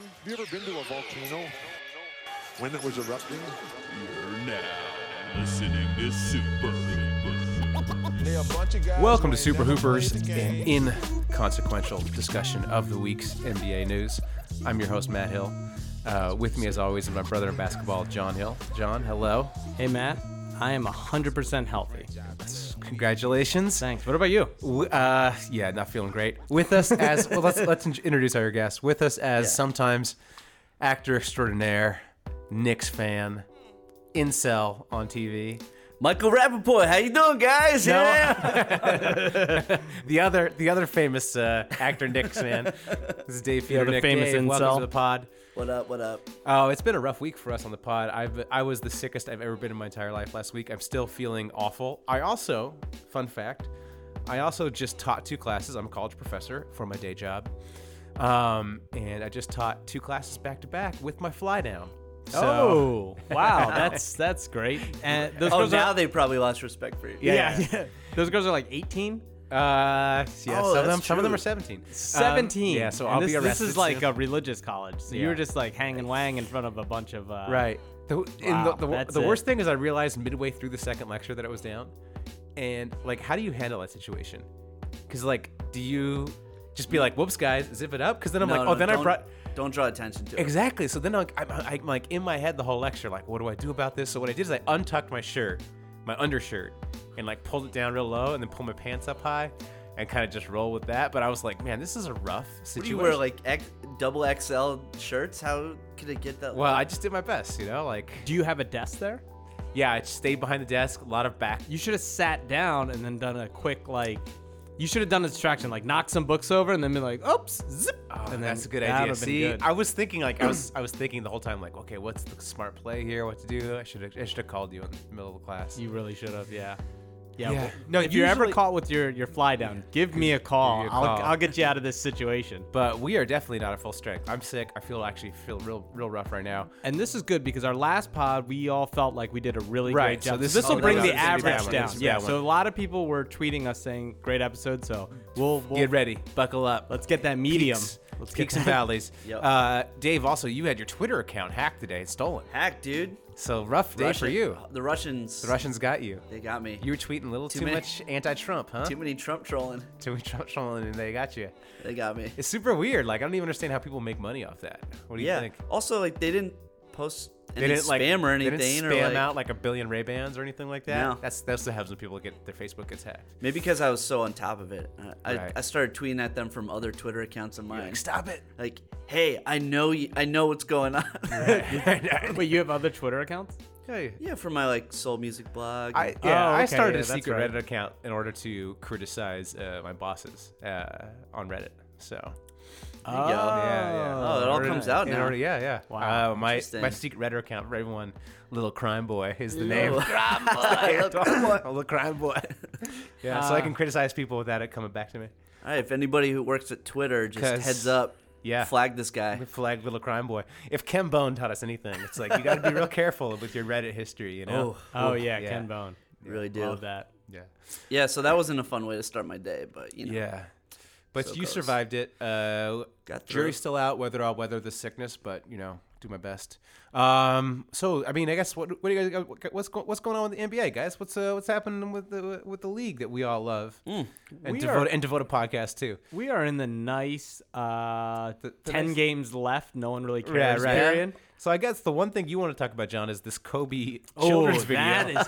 Have you ever been to a volcano when it was erupting? You're now listening to Super Hoopers. Welcome to Super Hoopers, an inconsequential discussion of the week's NBA news. I'm your host, Matt Hill. Uh, with me, as always, is my brother in basketball, John Hill. John, hello. Hey Matt, I am 100% healthy. Congratulations. Thanks. What about you? W- Uh, yeah, not feeling great. With us as well, let's let's in- introduce our guest. With us as sometimes actor extraordinaire, Knicks fan, incel on TV. Michael Rappaport, how you doing, guys? No. Yeah. The other the other famous uh, actor Knicks fan. This is Dave Peter. other Nick. famous Dave, welcome incel. to the pod. What up? What up? Oh, it's been a rough week for us on the pod. I've I was the sickest I've ever been in my entire life last week. I'm still feeling awful. I also, fun fact, I also just taught two classes. I'm a college professor for my day job, um, and I just taught two classes back to back with my fly down. So, oh, wow, that's that's great. And those Oh, girls now are, they probably lost respect for you. yeah, yeah. those girls are like 18, uh, yeah, Oh, some of them that's some of them true. are 17. Um, 17. yeah, so And I'll this, be arrested. This is like soon. a religious college, so you Yeah. were just like hanging wang in front of a bunch of uh, Right. The, and Wow, the, the, that's the worst it. thing is I realized midway through the second lecture that it was down. And like, how do you handle that situation? Because like, do you just be like, "Whoops, guys, zip it up"? Because then I'm No, like, no, "Oh, then I don't- brought Don't draw attention to it. exactly." So then I'm, I'm, I'm like in my head the whole lecture, like, "What do I do about this?" So what I did is I untucked my shirt, my undershirt, and like pulled it down real low, and then pulled my pants up high, and kind of just roll with that. But I was like, "Man, this is a rough What do situation." you wear like X, double XL shirts? How could it get that? well, I just did my best, you know. Like, Do you have a desk there? yeah, I stayed behind the desk, a lot of back You should have sat down and then done a quick like. You should have done a distraction, like knock some books over and then been like, "Oops, zip," Oh, and then that's a good that idea. would've been See, good. I was thinking like I was I was thinking the whole time like, okay, what's the smart play here? What to do? I should have I should have called you in the middle of the class. You really should have, yeah. Yeah. Yeah. well, No, if you're ever usually- caught with your, your fly down, give me a Give call. you a I'll, call. I'll get you out of this situation. but we are definitely not at full strength. I'm sick. I feel actually feel real real rough right now. And this is good because our last pod, we all felt like we did a really Right, great so job. this this is will all bring good. the This is a bad average one. down. This is a Yeah. bad So a one. lot of people were tweeting us saying, great episode. So we'll, we'll Get ready. Buckle up. Let's get that medium. Peaks, Let's get peaks and that- valleys. Yep. uh, Dave, also you had your Twitter account hacked today. It's stolen. hack, dude. So rough day Russia- for you. The Russians. The Russians got you. They got me. You were tweeting a little too, many- much anti-Trump, huh? Too many Trump trolling. Too much Trump trolling, and they got you. They got me. It's super weird. Like I don't even understand how people make money off that. What do you yeah. think? Also, like they didn't post any they didn't spam like or they anything, didn't or spam like out like a billion Ray Bans or anything like that. No. That's that's what happens when people get their Facebook gets hacked. maybe because I was so on top of it. Uh, I, Right. I, I started tweeting at them from other Twitter accounts of mine. Like, stop it. Like, hey, I know you. I know what's going on. Wait, you have other Twitter accounts? Hey. yeah, for my like soul music blog. I, yeah, Oh, I okay, started yeah, a that's secret right. Reddit account in order to criticize uh, my bosses uh, on Reddit. So yeah, Oh, yeah. Oh, it all In order- comes out in now. order- yeah, yeah. Wow, Uh, my interesting. my secret Reddit account for everyone, Little Crime Boy is the name. Little Crime Boy, Little Crime Boy. Uh. Little Crime Boy. yeah, so I can criticize people without it coming back to me. All right, if anybody who works at Twitter just 'Cause- heads up, yeah. flag this guy. flag little crime boy. If Ken Bone taught us anything, it's like you got to be real careful with your Reddit history, you know? Oh, Oh, yeah, Yeah. Ken Bone. really do. Love that. Yeah. Yeah, so that wasn't a fun way to start my day, but you know, Yeah. But So you close. survived it. Uh, Got through jury's it. still out whether I'll weather the sickness, but you know, do my best. Um, so I mean, I guess what what do you guys got- what's go, what's going on with the NBA, guys? What's uh, what's happening with the with the league that we all love and Mm, We devote are- and devote a podcast too. We are in the nice uh, the 10 nice- games left. No one really cares. Period. So I guess the one thing you want to talk about, John, is this Kobe children's oh, video. That is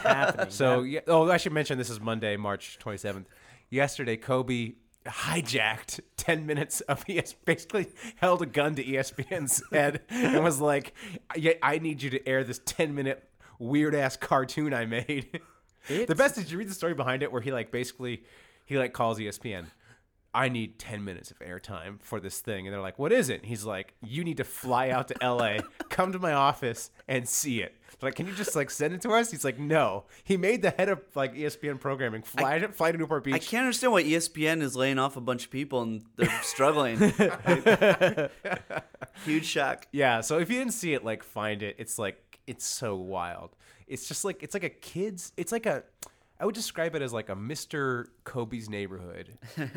happening. So, yeah, oh, I should mention this is Monday, March 27th. Yesterday, Kobe hijacked 10 minutes of E ES, basically held a gun to E ESPN's head and was like, "Yeah, I need you to air this 10 minute weird ass cartoon I made. the best is you read the story behind it where he like basically he like calls E ESPN. I need 10 minutes of airtime for this thing. And they're like, what is it? He's like, you need to fly out to LA, come to my office and see it. They're like, can you just like send it to us? He's like, no. He made the head of like E ESPN programming fly, to, fly to Newport Beach. I can't understand why E ESPN is laying off a bunch of people and they're struggling. Huge shock. Yeah, so if you didn't see it, like find it. It's like it's so wild. It's just like it's like a kids. It's like a. I would describe it as like a Mr. Kobe's neighborhood, and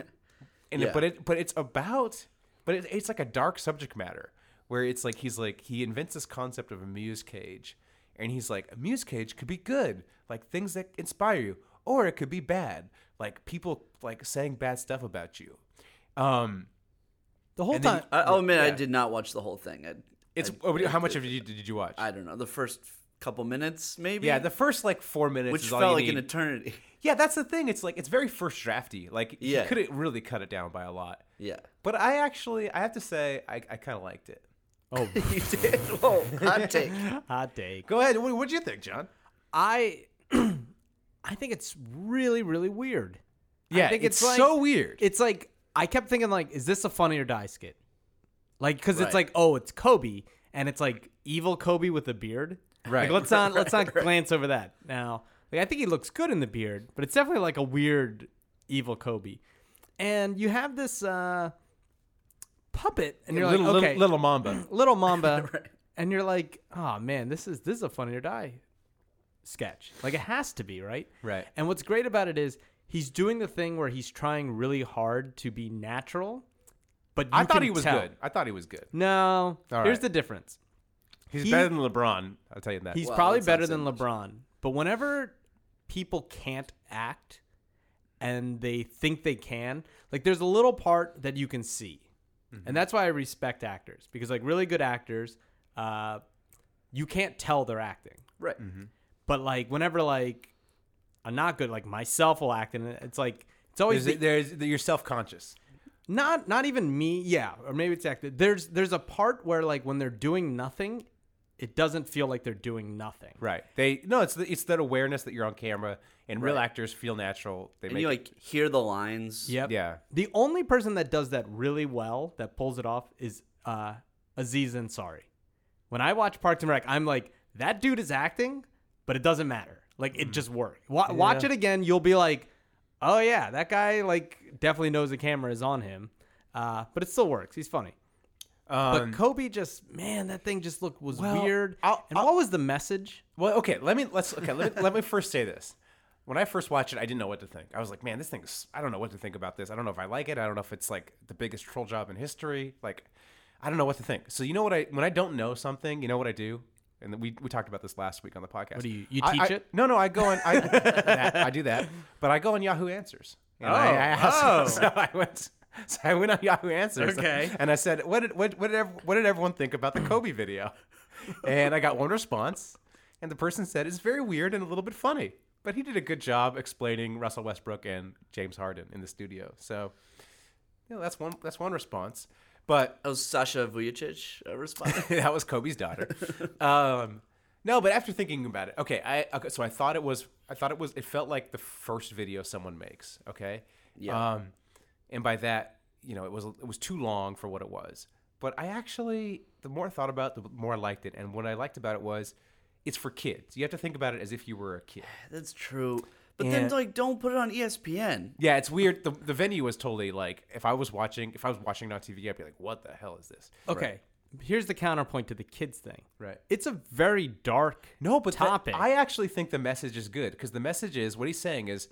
it- Yeah. but it but it's about but it, it's like a dark subject matter where it's like he's like he invents this concept of a muse cage, and he's like a muse cage could be good, like things that inspire you, or it could be bad, like people like saying bad stuff about you. Um, The whole And then- time. I, I'll admit, I Yeah. did not watch the whole thing. I, it's I- oh, how much of you did you watch? I don't know the first couple minutes, maybe. yeah, the first like four minutes which is all felt you like need. an eternity. Yeah, that's the thing. It's like it's very first drafty. Like Yeah. he could not really cut it down by a lot. Yeah, But I actually, I have to say, I, I kind of liked it. Oh, you did. Whoa, hot take. hot take. Go ahead. What do you think, John? I I think it's really really weird. Yeah, I think it's, it's, like, so weird. It's like I kept thinking like, is this a funny or die skit? Like, because Right. it's like, oh, it's Kobe, and it's like evil Kobe with a beard. Right. Like, let's not let's not glance over that now. Like, I think he looks good in the beard, but it's definitely like a weird evil Kobe. And you have this uh, puppet, and you're little, like, okay, little, little Mamba. Little Mamba, and you're like, oh man, this is this is a funny or die sketch. Like it has to be, right? Right. And what's great about it is he's doing the thing where he's trying really hard to be natural, but you I thought can he was tell. good. I thought he was good. No, All here's right. the difference. He's He- better than LeBron. I'll tell you that. He's Wow, probably that's not better saying than much. LeBron, but whenever people can't act and they think they can, like there's a little part that you can see. And that's why I respect actors because, like, really good actors, uh, you can't tell they're acting. Right. Mm-hmm. But like whenever like I'm not good, like myself will act, and it's like it's always there's, the, there's, you're self conscious. not not even me. Yeah, or maybe it's acted. There's there's a part where like when they're doing nothing, it doesn't feel like they're doing nothing. Right. They no. It's the, it's that awareness that you're on camera, and real Right. actors feel natural. They And make you it- like hear the lines. Yep. Yeah. The only person that does that really well, that pulls it off, is uh, Aziz Ansari. When I watch Parks and Rec, I'm like, that dude is acting, but it doesn't matter. Like Mm. it just worked. Wa- Watch it again, you'll be like, oh yeah, that guy like definitely knows the camera is on him. Uh, but it still works. He's funny. But Um, Kobe just, man, that thing just looked was Well, weird. I'll- and what was the message? Well, okay. Let me let's okay. Let me, let me first say this. When I first watched it, I didn't know what to think. I was like, man, this thing's. I don't know what to think about this. I don't know if I like it. I don't know if it's like the biggest troll job in history. Like, I don't know what to think. So you know what I when I don't know something, you know what I do. And we, we talked about this last week on the podcast. What do you- you I, teach I- it? No, no. I go on. I, that- I do that, but I go on Yahoo Answers. And I, I asked, oh. So I went. So I went on Yahoo Answers. Okay. And I said, what did what what did, ev- what did everyone think about the Kobe video? and I got one response, and the person said it's very weird and a little bit funny. But he did a good job explaining Russell Westbrook and James Harden in the studio. So, you know, that's one that's one response. But That was Sasha Vujicic uh, responding. that was Kobe's daughter. um, no, but after thinking about it, okay, I okay, so I thought it was I thought it was it felt like the first video someone makes, okay? Yeah. Um, and by that, you know, it was it was too long for what it was. But I actually the more I thought about it, the more I liked it. And what I liked about it was it's for kids. You have to think about it as if you were a kid. That's true. But then Yeah. like, don't put it on E ESPN. Yeah, it's weird. The, the venue was totally like if I was watching if I was watching it on TV, I'd be like, "What the hell is this?" Okay. Here's the counterpoint to the kids thing. Right. It's a very dark No, but the- topic. I actually think the message is good because the message is what he's saying is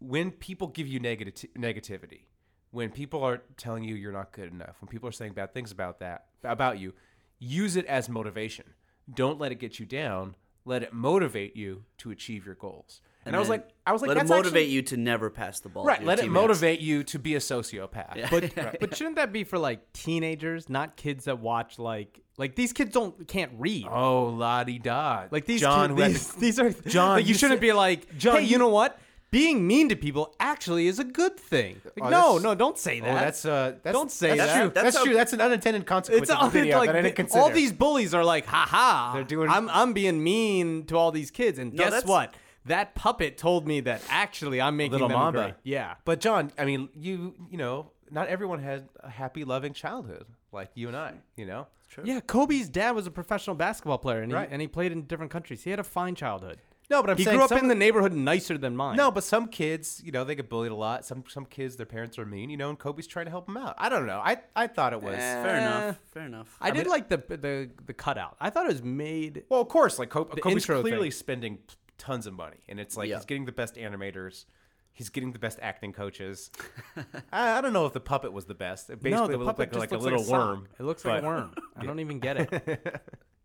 when people give you negati- negativity, when people are telling you you're not good enough, when people are saying bad things about that about you, use it as motivation. Don't let it get you down. Let it motivate you to achieve your goals. And, I was then like, I was like, let that's it motivate actually, you to never pass the ball. to Right, your let it teammates. motivate you to be a sociopath. But but shouldn't that be for like teenagers, not kids that watch like like these kids don't can't read. Oh, lottie da. like these John, kid- read- these, these are John, Like you, you shouldn't said- be like John, John, hey, you, you- know what? Being mean to people actually is a good thing. Like, Oh, no, that's- no, don't say Oh, that. that's uh, that's, Don't say that's that. True. That's, That's how- true. That's an unintended consequence it's of the all, video like, that I didn't th- consider. all these bullies are like, ha ha. They're doing- I'm I'm being mean to all these kids, and guess that's- what? That puppet told me that actually I'm making little them Mamba. great. Yeah, But John, I mean, you you know, not everyone had a happy, loving childhood like you and I. You know, Yeah, Kobe's dad was a professional basketball player, and he, Right. and he played in different countries. He had a fine childhood. no, but I'm he saying grew up some- in the neighborhood nicer than mine. No, but some kids, you know, they get bullied a lot. Some some kids, their parents are mean. You know, and Kobe's trying to help them out. I don't know. I I thought it was. Fair enough. Fair enough. I, did like the the the cutout. I thought it was made. Well, of course, like Kobe, Kobe's intro clearly thing. spending tons of money, and it's like Yeah. he's getting the best animators. He's getting the best acting coaches. I, I don't know if the puppet was the best. It basically no, the looked like, puppet just like a looks little like a sock. worm. It looks like but- a worm. I don't even get it.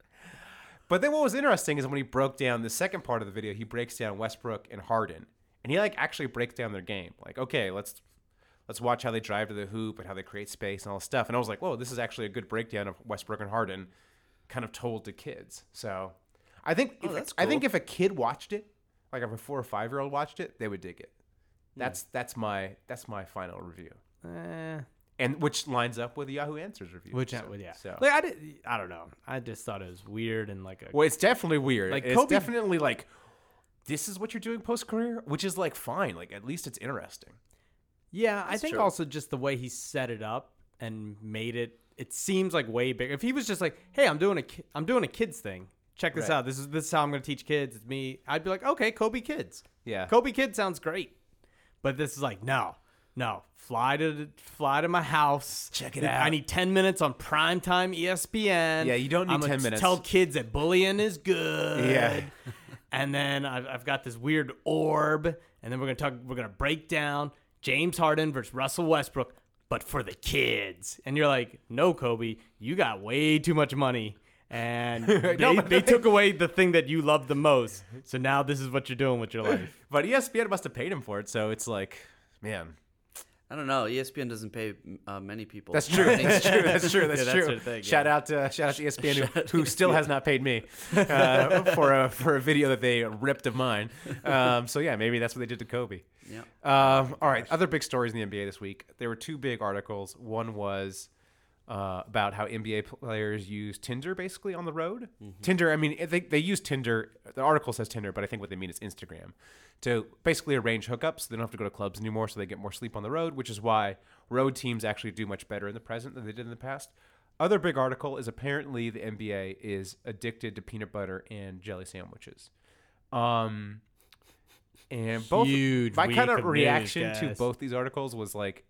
But then what was interesting is when he broke down the second part of the video, he breaks down Westbrook and Harden, and he like actually breaks down their game. Like, okay, let's let's watch how they drive to the hoop and how they create space and all this stuff. And I was like, whoa, this is actually a good breakdown of Westbrook and Harden, kind of told to kids. So I think if, that's I think cool. if a kid watched it, like if a four or five year old watched it, they would dig it. That's that's my that's my final review, Eh, and which lines up with the Yahoo Answers review. which so, I would, yeah. So. Like I, did, I don't know. I just thought it was weird and like a Well, it's definitely weird. Like, Like it's Kobe- definitely like this is what you're doing post career, which is like fine. Like at least it's interesting. Yeah, I think true. also just the way he set it up and made it it seems like way bigger. If he was just like, "Hey, I'm doing a ki- I'm doing a kids thing. Check this Right. out. This is this is how I'm going to teach kids. It's me." I'd be like, "Okay, Kobe Kids. Yeah. Kobe Kids sounds great." But this is like, "No. No. Fly to the- fly to my house. Check it I out. need 10 minutes on E primetime ESPN. Yeah, you don't need I'ma 10 t- minutes. Tell kids that bullying is good." Yeah. and then I've, I've got this weird orb, and then we're gonna talk. We're gonna break down James Harden versus Russell Westbrook, but for the kids. And you're like, no, Kobe, you got way too much money, and they, but they took away the thing that you loved the most. So now this is what you're doing with your life. But E ESPN must have paid him for it, so it's like, man, I don't know. E ESPN doesn't pay uh, many people. that's true. That's true. That's true. That's that's true. their thing, shout out to shout out to E ESPN who, who still has not paid me uh, for a for a video that they ripped of mine. Um, so yeah, maybe that's what they did to Kobe. Yep. Um, all right. Other big stories in the NBA this week. There were two big articles. One was uh, about how NBA players use Tinder basically on the road. Mm-hmm. Tinder, I mean, they, they use Tinder. The article says Tinder, but I think what they mean is Instagram to basically arrange hookups. They don't have to go to clubs anymore, so they get more sleep on the road, which is why road teams actually do much better in the present than they did in the past. Other big article is apparently the NBA is addicted to peanut butter and jelly sandwiches. Um, and both Huge my week kind of of news, reaction to guys. both these articles was like,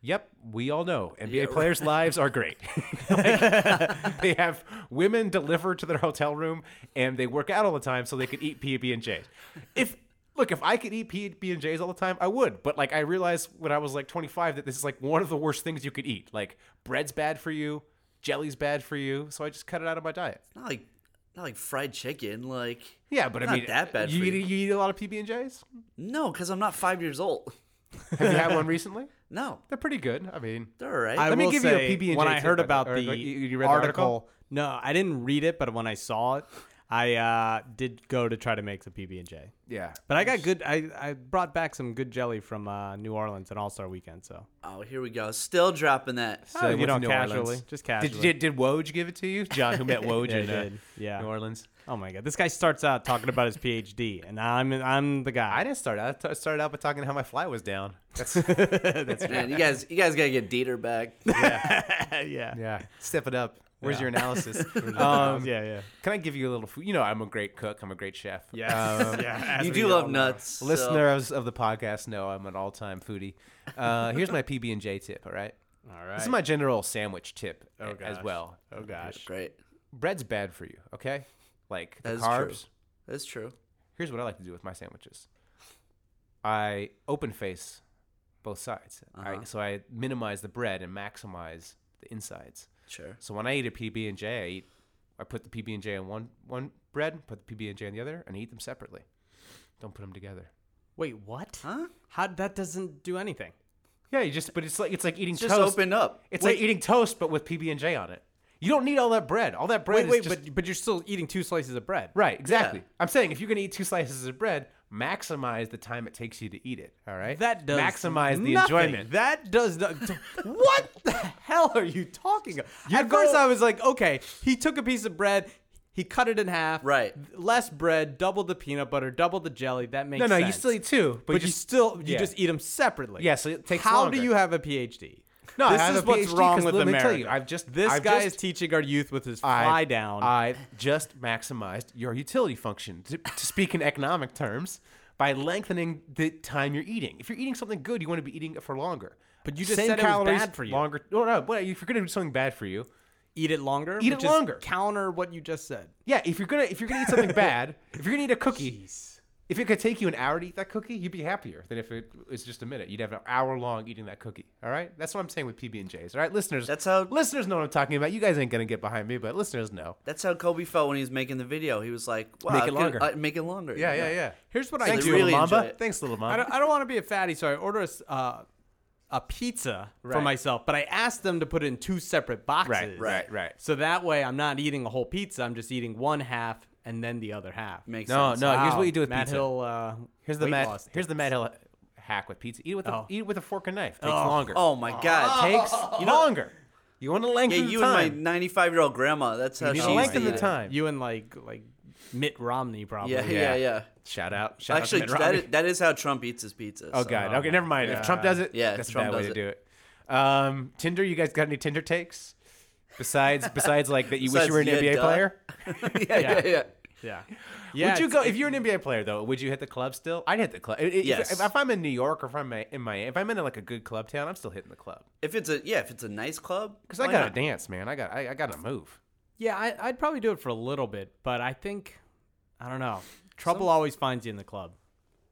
"Yep, we all know NBA players' lives are great. Like, they have women delivered to their hotel room, and they work out all the time so they could eat PB and J's. If look, if I could eat PB and J's all the time, I would. But like, I realized when I was like 25 that this is like one of the worst things you could eat. Like, bread's bad for you." Jelly's bad for you, so I just cut it out of my diet. not like not like fried chicken. Like Yeah, but I Not mean, uh, that bad You for eat, you. you eat a lot of PB and J's. no, because I'm not five years old. Have you had one recently? No, They're pretty good. I mean, they're all right. I Let me will give you a say, PB&J When I tip, heard by the- about or, the like, you- you read the article, article? no, I didn't read it, but when I saw it, I uh, did go to try to make the PB and J. yeah. But I got good. I, I brought back some good jelly from uh, New Orleans and All Star Weekend. So oh, here we go. Still dropping that. So Oh, you what's know, New casually, Orleans? just Did, casually. did did Woj give it to you, John? Who met Woj Yeah, in he uh, did. Yeah. New Orleans? oh my god, this guy starts out talking about his PhD, and I'm I'm the I guy. didn't start out. I t- started out by talking how my fly was down. That's Man, you guys, you guys gotta get Dieter back. yeah. yeah. Step it up. Where's Yeah. your analysis? Um, um, yeah, yeah, Can I give you a little food? You know, I'm a great cook. I'm a great chef. Um, yeah. you do love nuts, So. Listeners of the podcast know I'm an all-time foodie. Uh, here's my PB and J tip. All right? All right. This is my general sandwich tip a- as gosh. well. oh gosh. Great, Bread's bad for you. Okay, like the That is true. carbs. that's true. here's what I like to do with my sandwiches. I open face both sides. Uh-huh. I, so I minimize the bread and maximize the insides. Sure. So when I eat a PB and J, I eat, I put the PB and J on one one bread, put the PB and J on the other, and I eat them separately. Don't put them together. Wait, what? Huh? How that doesn't do anything? Yeah, you just but it's like it's like eating Just toast. open up. It's Wait. like eating toast but with PB and J on it. You don't need all that bread. All that bread Wait, is wait, just but but you're still eating two slices of bread. right. Exactly. I'm saying if you're gonna eat two slices of bread, maximize the time it takes you to eat it. All right. That does maximize the nothing. enjoyment. That does not. what the hell are you talking about? At go- first, I was like, okay, he took a piece of bread, he cut it in half, Right. Less bread, double the peanut butter, double the jelly. That makes No, no, sense. you still eat two, but, but you you still you yeah. just eat them separately. Yeah, so it takes How longer. do you have a PhD? No, I this have is a what's PhD 'cause wrong with let me America. tell you, I've just- this I've guy just- is teaching our youth with his I've- fly down. I've just maximized your utility function, to, to speak in economic terms, by lengthening the time you're eating. If you're eating something good, you want to be eating it for longer. But you just said it was bad for you. Longer. No, no. But if you're gonna do something bad for you, eat it longer. Eat it which is longer. Counter what you just said. yeah. If you're gonna if you're gonna eat something bad, if you're gonna eat a cookie, If it could take you an hour to eat that cookie, you'd be happier than if it was just a minute. You'd have an hour long eating that cookie. All right, that's what I'm saying with PB and J's. All right, listeners. That's how- listeners know what I'm talking about. You guys ain't gonna get behind me, but listeners know. That's how Kobe felt when he was making the video. He was like, wow, Make it I could- longer. I- make it longer. Yeah, yeah, yeah. Here's what Thanks, I do. really little enjoy mamba. it. Thanks, little I mamba. don't, I don't want to be a fatty, so I order a, s- uh, a pizza for Right. myself, but I asked them to put it in two separate boxes. right, right. So that way I'm not eating a whole pizza. I'm just eating one half and then the other half. Makes No, sense. no. here's Wow, what you do with Matt pizza. Hill, uh, Here's the weight Matt. loss Here's the Matt Hill hack with pizza. Eat it with a Oh. eat it with a fork and knife. Takes longer. Oh my God. takes longer. You want to yeah, lengthen you the Ah. time. and my 95 year old grandma. That's how need she to used lengthen to the eat it. time. You and like like Mitt Romney probably. Yeah, yeah, yeah. Shout out. Shout Actually, out to Mitt that Romney. is, that is how Trump eats his pizza. Oh so. um, god. Okay, never mind. If Trump does it, Yeah, that's Trump a bad way does to do it. Um, Tinder. You guys got any Tinder takes? Besides, besides like that, you wish Besides, you were an yeah, NBA duh. player. yeah, yeah, yeah. yeah. would you it's- go if you're an NBA player though? Would you hit the club still? I'd hit the club. I- I- If, Yes. If, I'm in New York or if I'm in Miami, if I'm in like a good club town, I'm still hitting the club If it's a yeah, if it's a nice club, because I why gotta not? dance, man. I got I, I gotta move. Yeah, I, I'd probably do it for a little bit, but I think I don't know. Trouble always finds you in the club.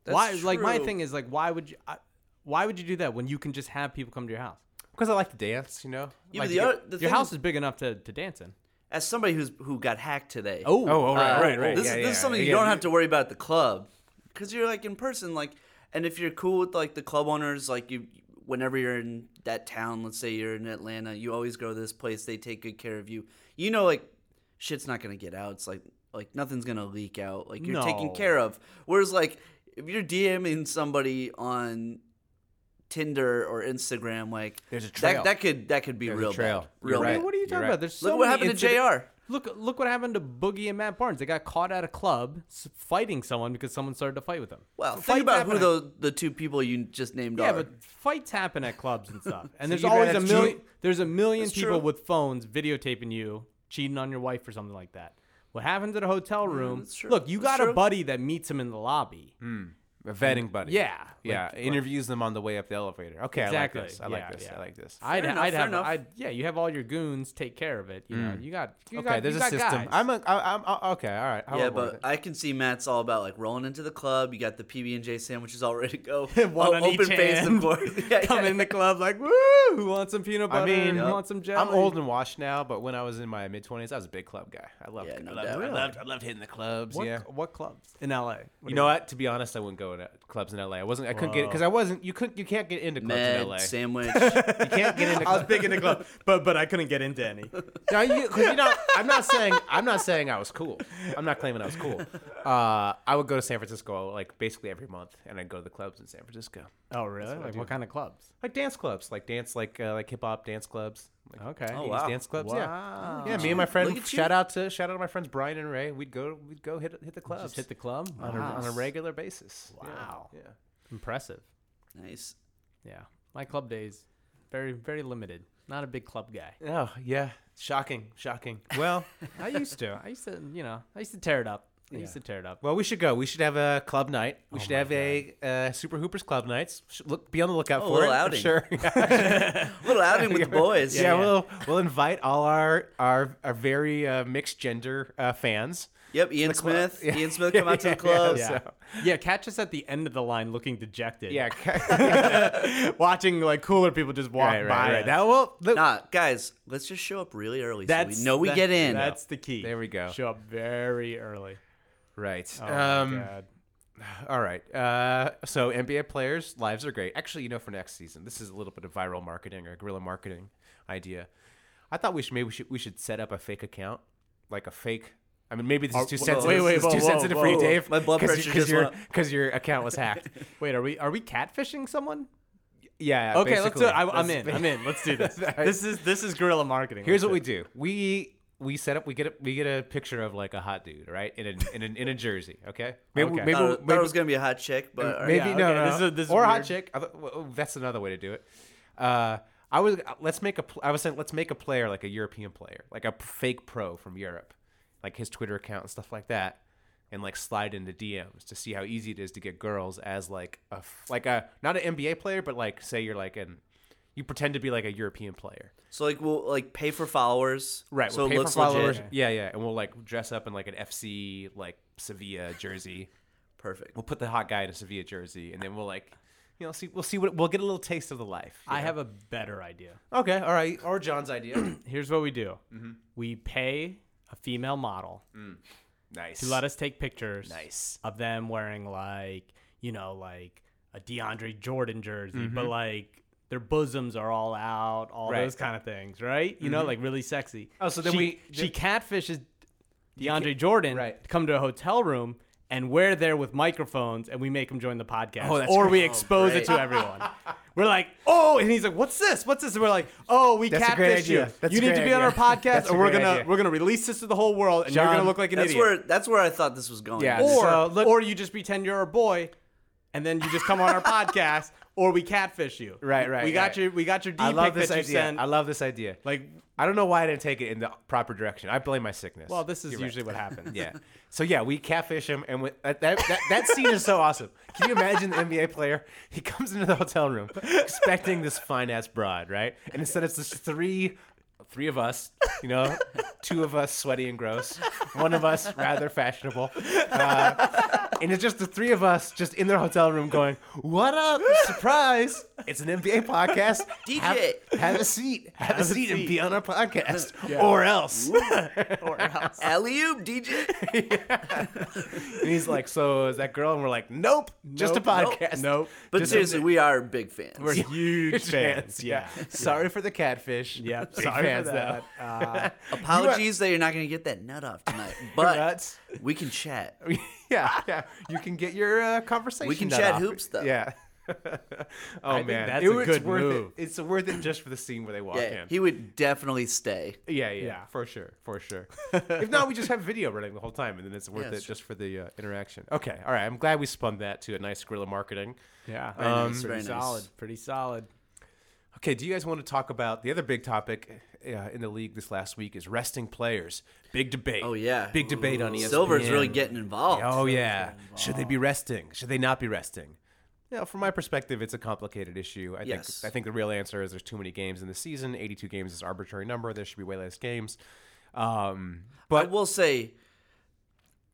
That's why? Like my true. thing is like, why would you? I, why would you do that when you can just have people come to your house? Because I like to dance, you know. Yeah, Like but the to get- other, the Your thing house is, is big enough to, to dance in. as somebody who's who got hacked today. oh, oh, right, uh, right, right. This, yeah, is, this yeah. is something you Yeah, don't have to worry about at the club because you're like in person, like, and if you're cool with like the club owners, like you, whenever you're in that town, let's say you're in Atlanta, you always go to this place. They take good care of you. You know, like shit's not gonna get out. It's like like nothing's gonna leak out. Like you're taken No. care of. Whereas like if you're DMing somebody on Tinder or Instagram, like There's a That, trail. that could that could be There's a real trail. bad. You're Real right. bad. What are you You're talking right. about? There's so Look what many happened to incident- Jr. Look, look what happened to Boogie and Matt Barnes. They got caught at a club s- fighting someone because someone started to fight with them. Well, So think fights about happen who at- those the two people you just named Yeah, are. but fights happen at clubs and stuff. And there's you'd rather always a have million. cheat- There's a million That's people true. with phones videotaping you cheating on your wife or something like that. What happens at a hotel room? that's true. Look, you That's got a true. Mm. buddy that meets him in the lobby. A vetting buddy. Yeah, like- yeah. interviews them on the way up the elevator. Okay, Exactly. I like this. I like Yeah, this. yeah. I like this. I'd, enough, I'd fair have. enough. Mm. I'd, yeah, you have all your goons take care of it. You know, you got. You okay, got, there's you a got system. Guys. I'm a. I, I'm I, okay. All right. I'll yeah, work with but it. I can see Matt's all about like rolling into the club. You got the PB and J sandwiches all ready to go. One Oh, on open each face, hand. of course. Yeah, Come yeah. in the club like, woo! Who wants some peanut butter? I mean, who wants some jelly? I'm old and washed now, but when I was in my mid twenties, I was a big club guy. I loved, Yeah, no I, loved doubt. I loved, I loved hitting the clubs. What, yeah, what clubs in LA? What do you know what? To be honest, I wouldn't go to clubs in L.A. I wasn't. I couldn't get it because I wasn't. You couldn't. You can't get into clubs in L.A. Med sandwich. yeah, You can't get into. I was clubs. big in the club, but but I couldn't get into any. No, you, 'cause you know, I'm not saying I'm not saying I was cool. I'm not claiming I was cool. Uh, I would go to San Francisco like basically every month, and I'd go to the clubs in San Francisco, Oh, really? like what kind of clubs? like dance clubs, like dance, like uh, like hip hop dance clubs, like Okay. Oh, 80s wow. dance clubs. Wow. Yeah, yeah. Me and my Look friend. at you. Shout out to shout out to my friends Brian and Ray. We'd go we'd go hit hit the clubs Just hit the club. on, a, on a regular basis. Yeah, Wow. Yeah. Impressive. nice. Yeah. My club days, very very limited. Not a big club guy. Oh yeah. Shocking. Shocking. Well. I used to. I used to. You know. I used to tear it up. I used to tear it up. Well, we should go. We should have a club night. We should have a uh, Super Hoopers club nights. Should look, be on the lookout Oh, a for it. little I'm outing. Sure. little outing with the boys. yeah, we'll we'll invite all our our our very uh, mixed gender uh, fans. Yep. Ian club. Smith. Yeah. Ian Smith come out to the club. Yeah. So- Yeah. Catch us at the end of the line, looking dejected. Yeah, right, Watching like cooler people just walk right, by. right. That will. Look, Nah, guys, let's just show up really early so we know we that- get in. That's the key. There we go. Show up very early. Right. Oh, my um. God. All right. Uh. So NBA players' lives are great. Actually, you know, for next season, this is a little bit of viral marketing or guerrilla marketing idea. I thought we should maybe we should we should set up a fake account, like a fake. I mean, maybe this is too Oh, whoa, sensitive. this is wait, wait, too whoa, whoa, sensitive for you, whoa. Dave. My blood pressure because just your went up. because your account was hacked. Wait, are we are we catfishing someone? Yeah. Okay, uh, let's do it. I, I'm That's- in. I'm in. Let's do this. Right. this is this is guerrilla marketing. Here's Let's what we do. We we set up. We get a we get a picture of like a hot dude, right, in a in a, in a jersey. Okay. Maybe Okay. maybe Thought, it- maybe, thought it was gonna be a hot chick, but all right. maybe Yeah, no, okay, no. this is a- this is or a hot weird. chick. I thought- well, oh, that's another way to do it. Uh, I was let's make a. pl- I was saying let's make a player like a European player, like a p- fake pro from Europe, like his Twitter account and stuff like that, and like slide into DMs to see how easy it is to get girls as like a f- like a not an NBA player, but like say you're like an you pretend to be like a European player. so like we'll like pay for followers. Right. So we'll it pay looks for followers. legit. Yeah, yeah. And we'll like dress up in like an FC like Sevilla jersey. Perfect. We'll put the hot guy in a Sevilla jersey, and then we'll like, you know, see. We'll see what we'll get a little taste of the life. you I know? have a better idea. okay, all right, or John's idea. Here's what we do we pay a female model nice. to let us take pictures Nice. of them wearing, like, you know, like a DeAndre Jordan jersey, but like their bosoms are all out, all Mm-hmm. Right. Mm-hmm. those kind of things, right? You know, like really sexy. Oh, so then She- we- she catfishes DeAndre Jordan right. to come to a hotel room. And we're there with microphones, and we make him join the podcast, Oh, that's or we great. Oh, expose it to everyone. We're like, oh, and he's like, what's this? What's this? And we're like, oh, we That's a great catfish you. idea. That's you a need great to be on our idea. That's podcast, a or we're great gonna idea. we're gonna release this to the whole world, and you're John, gonna look like an That's idiot. where that's where I thought this was going. Yeah. or So, uh, look- or you just pretend you're a boy, and then you just come on our podcast, or we catfish you. Right, right, We got right. your we got your D I love pic this that you idea. sent. I love this idea. like, I don't know why I didn't take it in the proper direction. I blame my sickness. well, this is You're right. usually what happens. Yeah. So yeah, we catfish him, and we, uh, that, that that that scene is so awesome. Can you imagine the NBA player? He comes into the hotel room expecting this fine ass broad, right? And instead, it's just three. Three of us, you know, two of us sweaty and gross, one of us rather fashionable, uh, and it's just the three of us just in their hotel room going, "What up? Surprise! It's an NBA podcast. DJ. have, have a seat, have, a, seat, and be on our podcast, or else." Alley oop, DJ. And he's like, "So is that girl?" And we're like, "Nope, just a nope, podcast." Nope. But Just- seriously, we are big fans. We're huge fans. Yeah. Sorry for the catfish. Yeah. Big Sorry fans, for that. though. Uh, Apologies that you're not gonna get that nut off tonight, but Nuts. we can chat. Oh, yeah, yeah. You can get your uh, conversation. We can nut chat off. hoops, though. Yeah. oh think man, that's It a was good worth move. It. It's worth it just for the scene where they walk Yeah, in. he would definitely stay. yeah, yeah, Yeah. for sure, for sure. if not, we just have video running the whole time, and then it's worth Yeah, it that's true. just for the uh, interaction. Okay, all right. I'm glad we spun that to a nice guerrilla marketing. yeah. Um, nice, pretty very nice. solid. Pretty solid. Okay, do you guys want to talk about the other big topic uh, in the league this last week is resting players? Big debate. Oh yeah, big debate on E ESPN. Silver's really getting involved. Oh yeah, should they be resting? Should they not be resting? You know, from my perspective, it's a complicated issue. I Yes. think I think the real answer is there's too many games in the season. 82 games is an arbitrary number. There should be way less games. Um, I but will say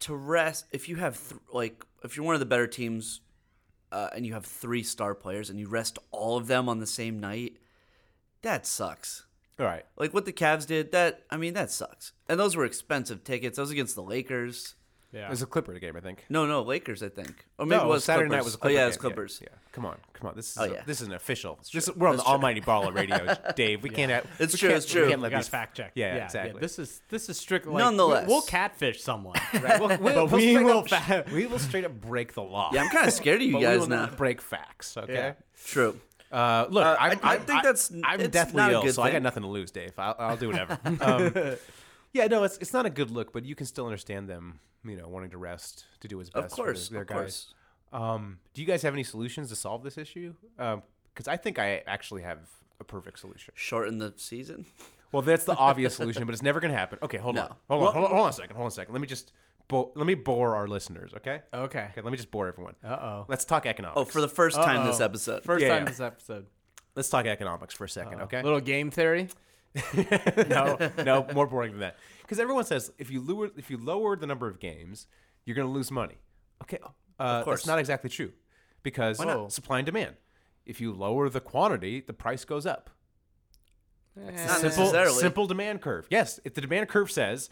to rest if you have th- like if you're one of the better teams uh, and you have three star players and you rest all of them on the same night, that sucks. all right, Like what the Cavs did, that I mean that sucks. And those were expensive tickets. Those against the Lakers. it was a Clipper game, I think. No, no, Lakers. I think. Or maybe No, it was Saturday Clippers. night was a oh Clipper yeah, game. it was Clippers. Yeah, come on, come on. This is Oh, a- yeah. this is an official. This, we're on the Almighty Baller Radio, Dave. We can't. Have, It's we true, can't- it's we true. can't We let got these- fact check. Yeah, exactly. This is this is strictly. Nonetheless. we'll, we'll catfish someone. Right, we'll- we'll- But we'll we straight will up- fa- we will straight up break the law. Yeah, I'm kind of scared of you But we will guys now. not break facts. Okay. True. Uh, look, Uh, I- I'm, I I'm- think that's- I'm it's deathly not a ill, good so I got thing. nothing to lose, Dave. I'll, I'll do whatever. um, yeah, no, it's it's not a good look, but you can still understand them, you know, wanting to rest to do his best. Of for course. their Of guys. course. Um, do you guys have any solutions to solve this issue? Because I think I actually have a perfect solution. Shorten the season. Well, that's the obvious solution, but it's never going to happen. Okay, hold No. on, hold on, hold on, hold on a second, hold on a second. Let me just bo- let me bore our listeners, okay? Okay. Okay, let me just bore everyone. Uh oh. Let's talk economics. Oh, for the first time this Uh-oh. episode. First Yeah, time yeah. this episode. Let's talk economics for a second, okay? Little game theory. no, no, more boring than that. Because everyone says if you lower if you lower the number of games, you're going to lose money. Okay, uh, course. that's not exactly true, because not? supply and demand. If you lower the quantity, the price goes up. Not Simple, necessarily. simple demand curve. Yes, if the demand curve says,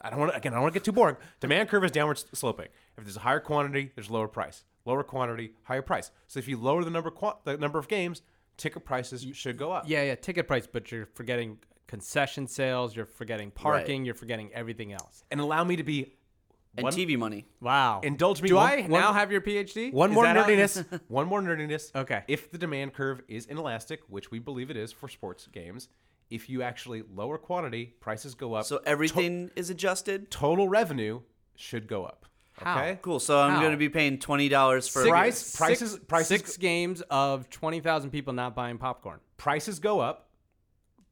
I don't want to again, I don't want to get too boring. Demand curve is downward s- sloping. If there's a higher quantity, there's lower price. Lower quantity, higher price. So if you lower the number qua- the number of games, ticket prices should go up. Yeah, yeah, ticket price, but you're forgetting concession sales, you're forgetting parking, you're forgetting everything else. And allow me to be and one- TV money. Wow. Indulge me Do one- I one- now have your PhD? One Is more that how- nerdiness. one more nerdiness. Okay. If the demand curve is inelastic, which we believe it is for sports games, if you actually lower quantity, prices go up. So everything is adjusted. total revenue should go up. How? Okay. Cool. So I'm How? going to be paying twenty dollars for Price Six- prices prices six games of 20,000 people not buying popcorn. prices go up,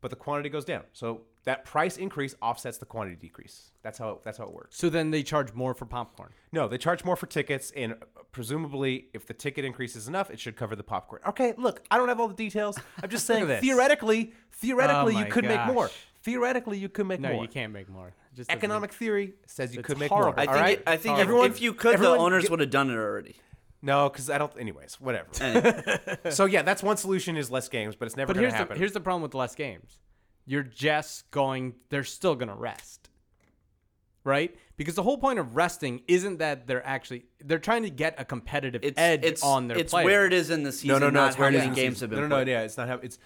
but the quantity goes down. So that price increase offsets the quantity decrease. That's how it, that's how it works. So then they charge more for popcorn. No, they charge more for tickets and presumably, if the ticket increases enough, it should cover the popcorn. Okay, look, I don't have all the details. I'm just saying this. theoretically, theoretically Oh you my could make more. gosh. Theoretically, you could make No, more. you can't make more. It Just doesn't Economic theory says you could make horrible. more. I all think right? it- I think if, Everyone- if you could, everyone the owners get- would have done it already. No, because I don't. Anyways, whatever. so yeah, that's one solution is less games, but it's never But going here's to the, happen. here's the problem with less games. You're just going. They're still gonna rest, right? Because the whole point of resting isn't that they're actually they're trying to get a competitive It's edge it's on their it's player. where it is in the season. no, no, no. not It's where how it is many in the games season. have No, been. no, played. no. Yeah, it's not how it's.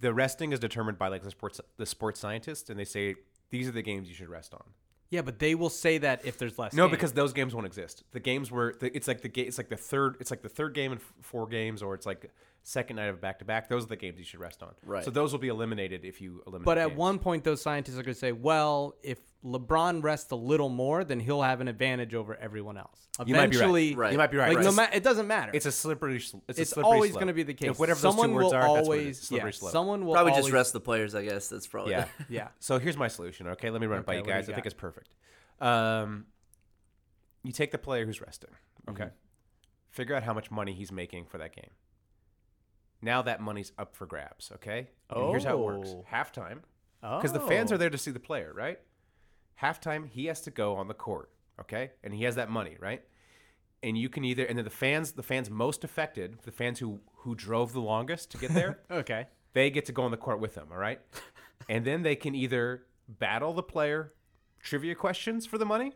The resting is determined by like the sports the sports scientists, and they say these are the games you should rest on. Yeah, but they will say that if there's less. No, games. because those games won't exist. The games were the, it's like the ga- it's like the third it's like the third game in f- four games, or it's like second night of back to back. Those are the games you should rest on. Right. So those will be eliminated if you eliminate. But at games. one point, those scientists are going to say, well, if LeBron rests a little more, then he'll have an advantage over everyone else. You might be right. Eventually, Right. You might be right. Like, Right. no ma- it doesn't matter. it's a slippery. sl- It's, a It's slippery always slope. going to be the case. If whatever someone those two words will are, that's what it always, is. Slippery yeah, slope. someone will Probably always, just rest the players. I guess that's probably. Yeah. Yeah. So here's my solution. Okay, let me run it by Okay, you what do you guys. I think got? it's perfect. Um, you take the player who's resting. Mm-hmm. Okay. Figure out how much money he's making for that game. Now that money's up for grabs. Okay. And here's how it works. Oh. Halftime, because the fans are there to see the player, right? Halftime, he has to go on the court. Okay, and he has that money, right? And you can either, and then the fans, the fans most affected, the fans who who drove the longest to get there, Okay. they get to go on the court with them, all right? and then they can either battle the player trivia questions for the money,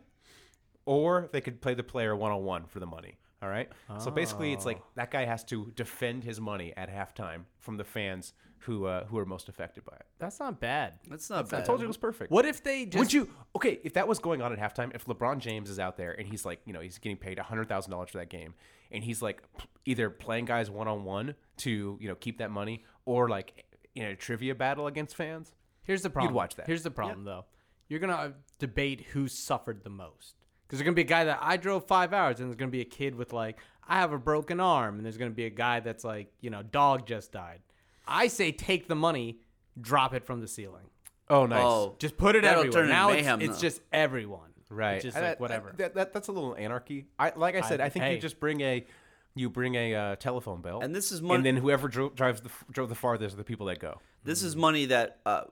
or they could play the player one on one for the money. All right. So basically, it's like that guy has to defend his money at halftime from the fans who uh, who are most affected by it. That's not bad. That's not I bad. told you it was perfect. What if they just. would you? Okay, if that was going on at halftime, if LeBron James is out there and he's like, you know, he's getting paid hundred thousand dollars for that game, and he's like, p- either playing guys one on one to you know keep that money, or like in a trivia battle against fans. Here's the problem. watch that. Here's the problem, though. You're gonna uh, debate who suffered the most because there's gonna be a guy that I drove five hours, and there's gonna be a kid with like I have a broken arm, and there's gonna be a guy that's like you know dog just died. I say take the money, drop it from the ceiling, Oh, nice. Oh, just put it That'll everywhere. turn into Now mayhem, it's, it's though. just everyone, right. It's just And like that- whatever. That, that, that's a little anarchy. I like I said, I, I- think hey. you just bring a you bring a uh, telephone bell, And this is mon- and then whoever drove, drives the f- drove the farthest are the people that go. This is money that uh,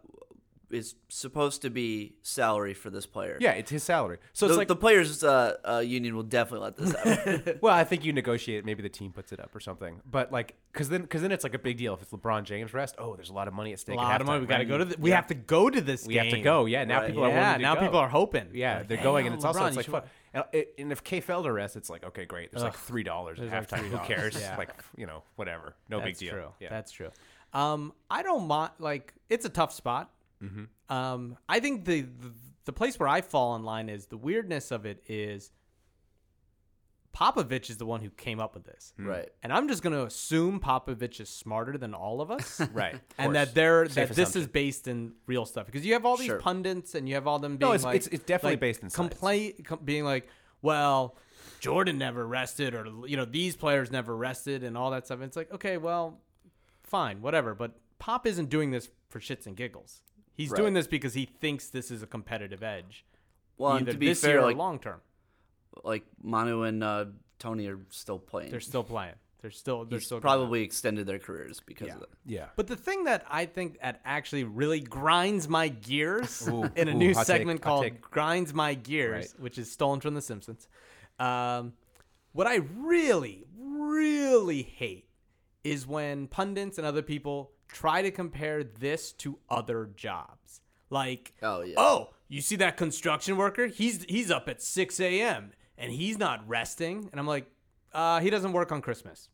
is supposed to be salary for this player. Yeah, it's his salary. So The, it's like the players' uh, uh, union will definitely let this happen. Well, I think you negotiate. Maybe the team puts it up or something. But like, because then, because then it's like a big deal if it's LeBron James rest. Oh, there's a lot of money at stake. a at lot of money. halftime, We gotta right? go to. The, we have to go to this. We have to game. go. Yeah. Now Right. people are Yeah. wanting to Now go. people are hoping. Yeah, Like, they're "Hey, going, and yo, it's also LeBron, it's you like should fun. And, it- and if K. Felder rests, it's like okay, great. There's like three dollars at There's like halftime. Who $3. cares? Yeah. Like you know, whatever. No big That's deal. True. Yeah. That's true. Um, I don't mind. Like, it's a tough spot. Mm-hmm. Um, I think the, the the place where I fall in line is the weirdness of it is Popovich is the one who came up with this, right. and I'm just going to assume Popovich is smarter than all of us. right. of course. And that they're Safe that this assumption. is based in real stuff because you have all these Sure. pundits and you have all them being No, it's- like it's- it's definitely like, based in science. complaint com- being like well Jordan never rested or you know these players never rested and all that stuff. It's like okay, well, fine, whatever. But Pop isn't doing this for shits and giggles. He's doing Right. this because he thinks this is a competitive edge, Well, and either to be this fair, year or like, long term. like Manu and uh, Tony are still playing. They're still playing. They're still they're He's still going probably extended their careers because of that. yeah. But the thing that I think that actually really grinds my gears Ooh, in a ooh, new hot take, segment hot called take. "Grinds My Gears," which is stolen from The Simpsons. Um, what I really, really hate is when pundits and other people try to compare this to other jobs. Like, Oh, yeah. oh, you see that construction worker? He's he's up at six a.m. and he's not resting. And I'm like, uh, he doesn't work on Christmas.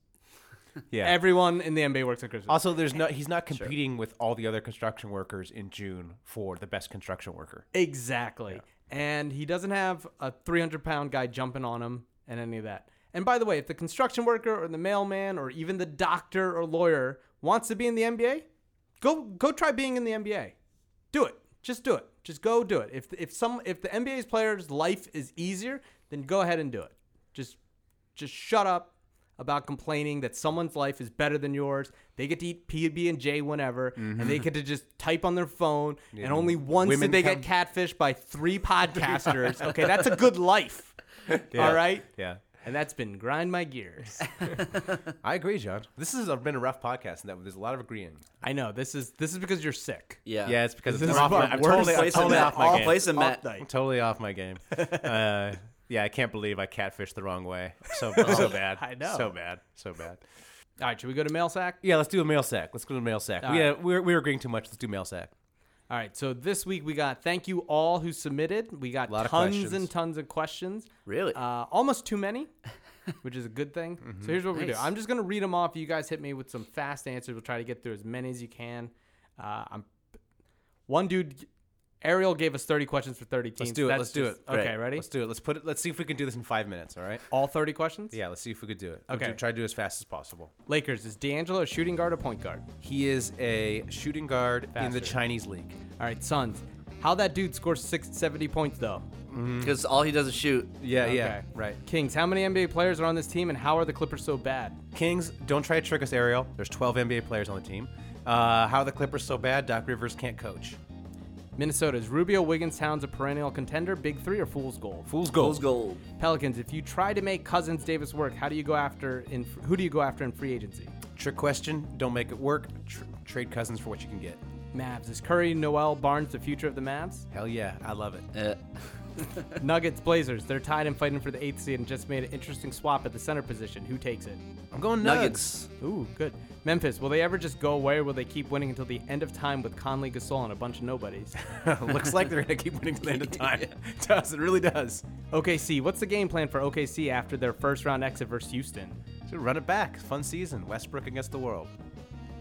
Yeah. Everyone in the NBA works on Christmas. also, there's no. He's not competing with all the other construction workers in June for the best construction worker. Exactly. And he doesn't have a 300 pound guy jumping on him and any of that. And by the way, if the construction worker or the mailman or even the doctor or lawyer wants to be in the NBA, go go try being in the NBA. Do it. Just do it. Just go do it. If if some if the NBA's player's life is easier, then go ahead and do it. Just just shut up about complaining that someone's life is better than yours. They get to eat PB and J whenever, and they get to just type on their phone. And only once Women did they come- get catfished by three podcasters. okay, that's a good life. All right. Yeah. and that's been grind my gears. I agree, John. This has been a rough podcast, and that there's a lot of agreeing. I know this is this is because you're sick. Yeah. Yeah, it's because This I'm is off my, our I'm worst totally, I'm Place him totally at. off my All game. place him Off at. night. Totally off my game. Uh, yeah, I can't believe I catfished the wrong way. So, so bad. I know. So bad. So bad. All right, should we go to mail sack? Yeah, let's do a mail sack. Let's go to mail sack. All yeah, right. we're, we're agreeing too much. Let's do mail sack. All right, so this week we got thank you all who submitted. We got Lot of tons questions. and tons of questions. Really? Uh, almost too many, which is a good thing. Mm-hmm. So here's what we do. Nice. I'm just gonna read them off. You guys hit me with some fast answers. We'll try to get through as many as you can. Uh, I'm one dude. Ariel gave us 30 questions for 30 teams. Let's do it. That's Let's do just- it. Okay, Great. ready? Let's do it. Let's put it. Let's see if we can do this in five minutes. All right. All 30 questions? Yeah. Let's see if we could do it. We'll Okay. do- try to do as fast as possible. Lakers is D'Angelo a shooting guard or point guard? He is a shooting guard in the Faster. Chinese league. All right, Suns. How that dude scores 670 points though? Because all he does is shoot. Yeah. Yeah. Okay. Right. Kings. How many NBA players are on this team and how are the Clippers so bad? Kings, don't try to trick us, Ariel. There's 12 NBA players on the team. Uh, how are the Clippers so bad? Doc Rivers can't coach. Minnesota is Rubio Wiggins Towns a perennial contender, big three or fool's gold. Fool's gold. Goals gold. Pelicans, if you try to make Cousins Davis work, how do you go after in who do you go after in free agency? Trick question. Don't make it work. Tr- trade Cousins for what you can get. Mavs is Curry, Noel, Barnes the future of the Mavs. Hell yeah, I love it. Eh. Nuggets, Blazers, they're tied and fighting for the eighth seed and just made an interesting swap at the center position. Who takes it? I'm going nuggets. Nuggets. Ooh, good. Memphis, will they ever just go away or will they keep winning until the end of time with Conley, Gasol, and a bunch of nobodies? Looks like they're gonna keep winning to the end of time. does it really does? OKC, what's the game plan for OKC after their first round exit versus Houston? So run it back. Fun season. Westbrook against the world.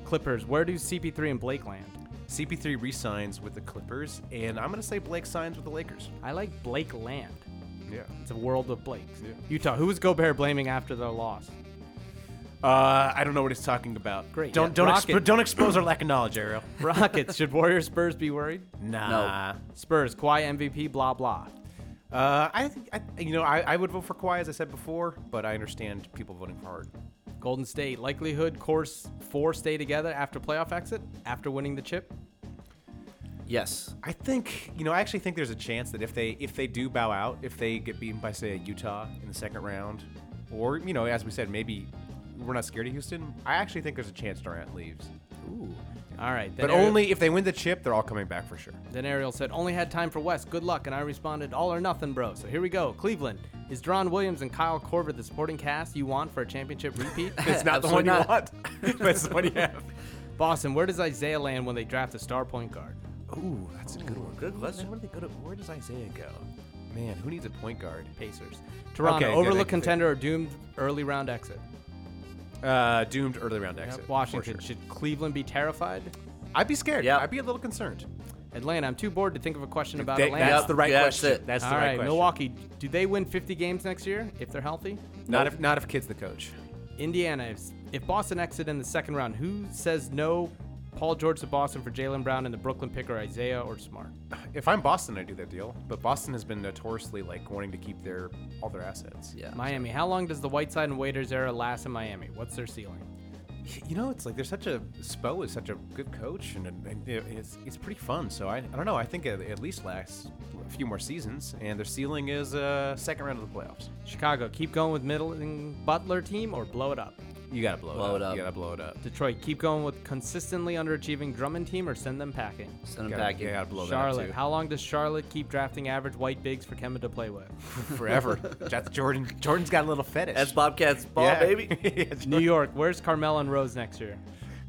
Clippers, where do CP3 and Blake land? CP3 re-signs with the Clippers, and I'm gonna say Blake signs with the Lakers. I like Blake land. Yeah. It's a world of Blakes. Utah, who is Gobert blaming after their loss? Uh, I don't know what he's talking about. Great. Don't Yeah. don't Rocket. expo- don't expose our lack of knowledge, Ariel. Rockets, should Warriors Spurs be worried? Nah. Spurs, Kawhi MVP, blah, blah. Uh, I, think- I you know I, I would vote for Kawhi as I said before, but I understand people voting for Harden. Golden State, likelihood course four stay together after playoff exit, after winning the chip? Yes. I think you know. I actually think there's a chance that if they if they do bow out, if they get beaten by say Utah in the second round, or you know, as we said, maybe we're not scared of Houston. I actually think there's a chance Durant leaves, Ooh. All right. Then but Ariel- only if they win the chip, they're all coming back for sure. Then Ariel said, only had time for West. Good luck. And I responded, all or nothing, bro. So here we go. Cleveland. Is Dron Williams and Kyle Corver the supporting cast you want for a championship repeat? It's not the one Absolutely you want, but it's the one you have. Boston, where does Isaiah land when they draft a star point guard? Ooh, that's a good one. Good question. Where, do they go to, where does Isaiah go? Man, who needs a point guard? Pacers. Toronto, Okay, good. I overlook can think. contender or doomed early round exit? Uh, doomed early round Yep, exit. for Washington, sure. should Cleveland be terrified? I'd be scared. Yeah. I'd be a little concerned. Atlanta, I'm too bored to think of a question about That- Atlanta. that's Yep, the right yeah, that's question. it. That's All the right right, question. Milwaukee, do they win 50 games next year if they're healthy? Not if not if kid's the coach. Indiana, if, if Boston exit in the second round, who says no? Paul George to Boston for Jalen Brown and the Brooklyn pick or Isaiah or Smart. If I'm Boston, I do that deal. But Boston has been notoriously like wanting to keep their all their assets. Yeah. Miami, how long does the Whiteside and Waiters era last in Miami? What's their ceiling? You know, it's like there's such a Spo is such a good coach, and, and it- it's it's pretty fun. So I, I don't know. I think it at least lasts a few more seasons, and their ceiling is uh, second round of the playoffs. Chicago, keep going with middling Butler team or blow it up? You gotta blow, Blow it, it up. up. You gotta blow it up. Detroit, keep going with consistently underachieving Drummond team or send them packing? Send him Gotta, back you gotta blow Charlotte, that up how long does Charlotte keep drafting average white bigs for Kemba to play with? too. forever. That's Jordan. Jordan's got a little fetish. That's Bobcat's ball, yeah. baby. Yeah, New York, where's Carmelo and Rose next year?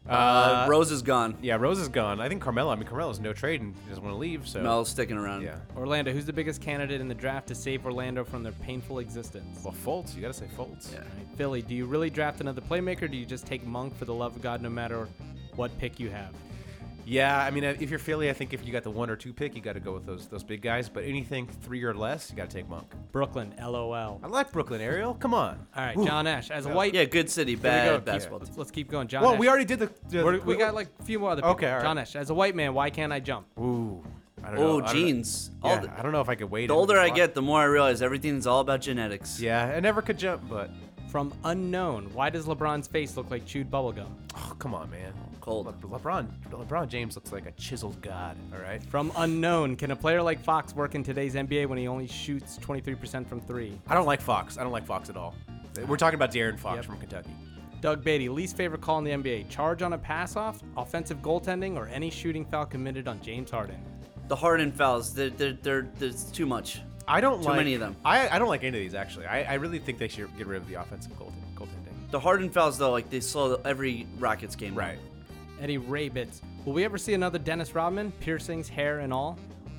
Uh, Rose is gone. Yeah, Rose is gone. I think Carmelo. I mean, Carmelo's no trade and he doesn't want to leave. So Mel's sticking around. yeah. Orlando, who's the biggest candidate in the draft to save Orlando from their painful existence? Well, Fultz. You gotta say Fultz. Yeah. Philly, do you really draft another playmaker? Or do you just take Monk for the love of God no matter what pick you have? Yeah, I mean, uh, if you're Philly, I think if you got the one or two pick, you got to go with those those big guys. But anything three or less, you got to take Monk. Brooklyn, LOL. I like Brooklyn Ariel. Come on. All right, John Ash, as a white. Yeah, good city, Here we bad go. Keep- basketball team. Let's keep going. John Well, Ash. we already did the. the- We're- we got like a few more other people. Okay, all right. John Ash, as a white man, why can't I jump? Ooh, I don't know. Oh, I don't know. jeans. All Yeah, the, I don't know if I could wait. the older I get, the more I realize everything's all about genetics. Yeah, I never could jump, but From unknown, why does LeBron's face look like chewed bubblegum? oh, come on, man. Cold. Le- LeBron LeBron James looks like a chiseled god. All right. From unknown, can a player like Fox work in today's NBA when he only shoots 23% from three? I don't like Fox. I don't like Fox at all. We're talking about Darren Fox Yep. from Kentucky. Doug Beatty, least favorite call in the NBA: charge on a pass off, offensive goaltending, or any shooting foul committed on James Harden. The Harden fouls, they're, they're, they're, there's too much. I don't Too like many of them. I, I don't like any of these actually. I, I really think they should get rid of the offensive goaltend- goaltending. The Harden fouls, though, like they slow every Rockets game. down. Right. Eddie Rabitz, will we ever see another Dennis Rodman? Piercings, hair, and all.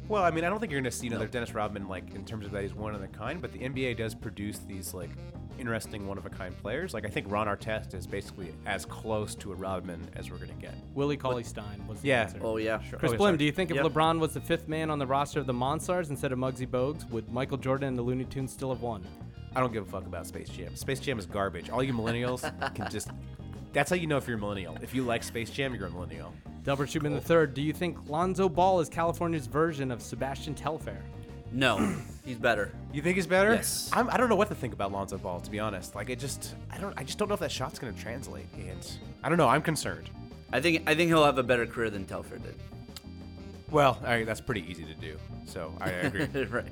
Well, I mean, I don't think you're going to see another Dennis Rodman like in terms of that he's one of a kind, but the NBA does produce these like interesting one of a kind players. Like I think Ron Artest is basically as close to a Rodman as we're going to get. Willie Cauley Stein was the Yeah. answer. Oh, yeah. Sure. Chris Oh, yeah, Blim, sorry. do you think if Yep. LeBron was the fifth man on the roster of the Monstars instead of Muggsy Bogues, would Michael Jordan and the Looney Tunes still have won? I don't give a fuck about Space Jam. Space Jam is garbage. All you millennials can just That's how you know if you're a millennial. If you like Space Jam, you're a millennial. Delbert Schubin Oh. III, do you think Lonzo Ball is California's version of Sebastian Telfair? No, he's better. You think he's better? Yes. I'm, I don't know what to think about Lonzo Ball, to be honest. Like, it just, I don't, I just don't know if that shot's going to translate. And I don't know. I'm concerned. I think I think he'll have a better career than Telfair did. Well, all right, that's pretty easy to do. So I agree. right.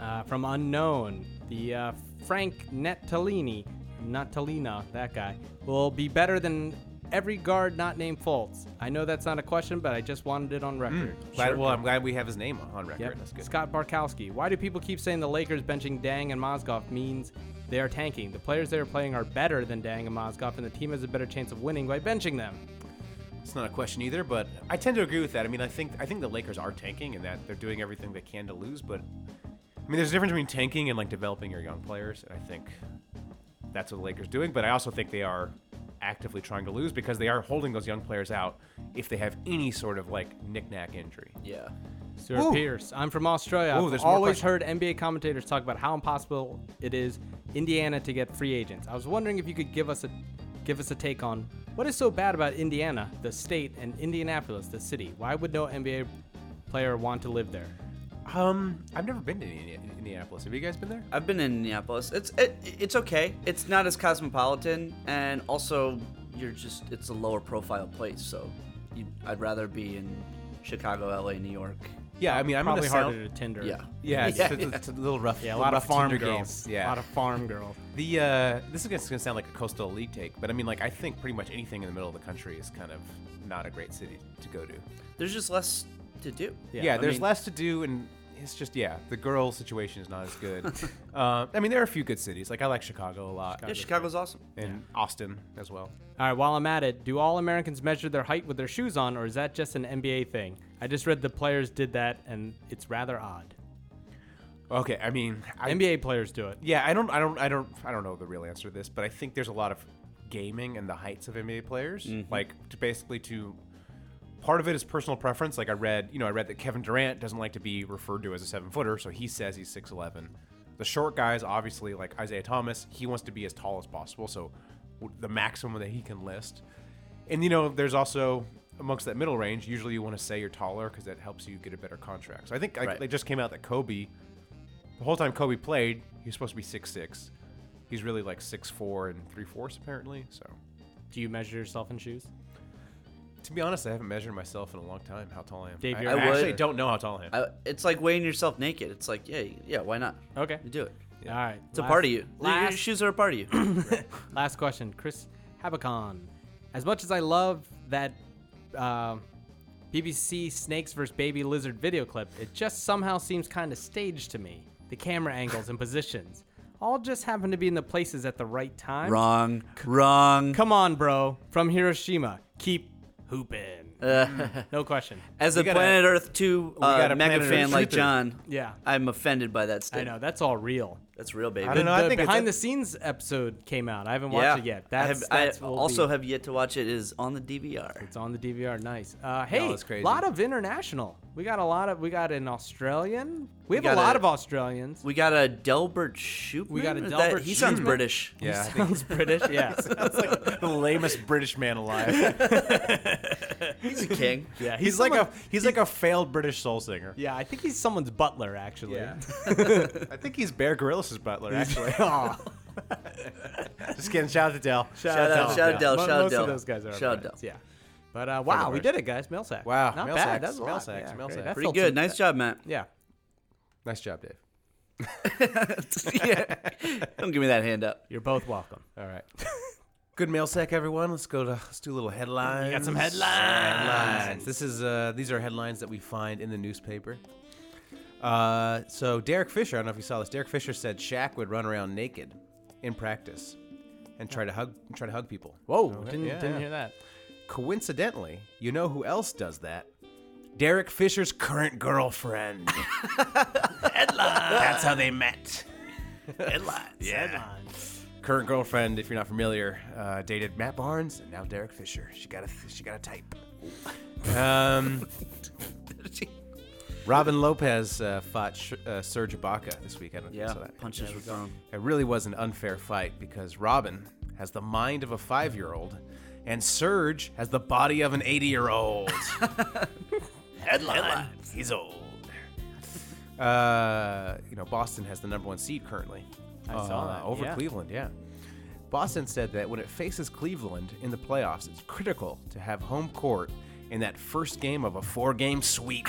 Uh, from Unknown, the uh, Frank Natalini, Natalina, that guy, will be better than every guard not named Fultz. I know that's not a question, but I just wanted it on Mm, record. Glad- well, I'm glad we have his name on record. Yep. That's good. Scott Barkowski. Why do people keep saying the Lakers benching Dang and Mozgov means they are tanking? The players they are playing are better than Dang and Mozgov, and the team has a better chance of winning by benching them. It's not a question either, but I tend to agree with that. I mean, I think, I think the Lakers are tanking and that they're doing everything they can to lose. But I mean, there's a difference between tanking and like developing your young players, and I think that's what the Lakers are doing. But I also think they are actively trying to lose because they are holding those young players out if they have any sort of like knick-knack injury. Yeah. Stuart Ooh. Pierce. I'm from Australia. Ooh, I've there's more always heard questions. NBA commentators talk about how impossible it is Indiana to get free agents. I was wondering if you could give us a give us a take on what is so bad about Indiana, the state, and Indianapolis, the city. Why would no NBA player want to live there? Um, I've never been to Indiana- Indianapolis. Have you guys been there? I've been in Minneapolis. It's it, it's okay. It's not as cosmopolitan, and also you're just it's a lower profile place. So you, I'd rather be in Chicago, LA, New York. Yeah, I mean, I'm Probably in the South- harder to Tinder. Yeah. Yeah, it's, Yeah, it's- yeah. it's a little rough. Yeah, a lot of farm Tinder girls. games. Yeah, a lot of farm girls. the uh, this is gonna- it's gonna sound like a coastal league take, but I mean, like, I think pretty much anything in the middle of the country is kind of not a great city to go to. There's just less to do. Yeah, I there's mean- less to do, and it's just yeah, the girl situation is not as good. uh, I mean, there are a few good cities. Like I like Chicago a lot, Yeah, Chicago's awesome. and Austin as well. All right, while I'm at it, do all Americans measure their height with their shoes on, or is that just an NBA thing? I just read the players did that, and it's rather odd. Okay, I mean, I, NBA players do it. yeah, I don't, I don't, I don't, I don't know the real answer to this, but I think there's a lot of gaming and the heights of NBA players, like to basically to. Part of it is personal preference. Like I read, you know, I read that Kevin Durant doesn't like to be referred to as a seven footer, so he says he's six eleven. The short guys, obviously, like Isaiah Thomas, he wants to be as tall as possible, so w- the maximum that he can list. And you know, there's also amongst that middle range, usually you want to say you're taller because that helps you get a better contract. So I think like, Right. they just came out that Kobe, the whole time Kobe played, he was supposed to be six six. He's really like six four and three fourths apparently. So Do you measure yourself in shoes? to be honest, I haven't measured myself in a long time how tall I am. Dave, I, you're I a actually would. don't know how tall I am. I, it's like weighing yourself naked. It's like yeah, yeah. Why not? Okay. You do it. All right. It's a part of you. Your Last, shoes are a part of you. last question, Chris Habakon. As much as I love that uh, BBC Snakes vs. Baby Lizard video clip, it just somehow seems kind of staged to me. The camera angles and positions all just happen to be in the places at the right time. wrong. Wrong. Come on, bro. From Hiroshima. Keep hooping. no question. As a gotta- Planet Earth 2 uh, gotta mega Planet Earth fan like truther. John, Yeah. I'm offended by that I statement. know. That's all real. That's real, baby. I don't know. the I think it's behind a- the scenes episode came out. I haven't watched Yeah. it yet. I, That's, have, that's I will also be. have yet to watch it. It is on the DVR. It's on the DVR. Nice. Uh, hey, that's a crazy. lot of international. We got a lot of. We got an Australian. We have a got lot a- of Australians. We got a Delbert Shootman. We got a Is Delbert He sounds Shootman? British. yeah, I think Sounds British. Yeah. the lamest British man alive. He's a king. yeah. he's like a he's like a failed British soul singer. Yeah, I think he's someone's butler actually. I think he's Bear Grylls' butler actually. Aw. Just kidding. Shout out to Dell. Shout out, shout out Del, Mo- shout out Most Del. of those guys are. our Shout out friends, Del. Yeah. But uh, wow, we worst. did it, guys. Mail sack. Wow, not mail bad. sacks, That's a mail lot. sacks, yeah, mail great. sacks. That Pretty filled good. some- Nice job, Matt. Yeah. Nice job, Dave. yeah. Don't give me that hand up. You're both welcome. All right. Good mail sack, everyone. Let's go to let's do a little headlines. got some headlines. Headlines. This is uh, these are headlines that we find in the newspaper. Uh, so Derek Fisher, I don't know if you saw this. Derek Fisher said Shaq would run around naked in practice and try to hug try to hug people. Whoa, Okay. didn't Yeah, didn't yeah. hear that. Coincidentally, you know who else does that? Derek Fisher's current girlfriend. Headline. That's how they met. Headlines. Yeah. Current girlfriend, if you're not familiar, uh, dated Matt Barnes and now Derek Fisher. She got a she got a type. Um, Robin Lopez uh, fought Sh- uh, Serge Ibaka this week. I don't know if you Yeah. saw that. Punches were thrown. It really was an unfair fight because Robin has the mind of a five year old and Serge has the body of an 80 year old. Headline He's old. Uh, you know, Boston has the number one seed currently. I saw that, Over yeah. Cleveland, yeah. Boston said that when it faces Cleveland in the playoffs, it's critical to have home court in that first game of a four game sweep.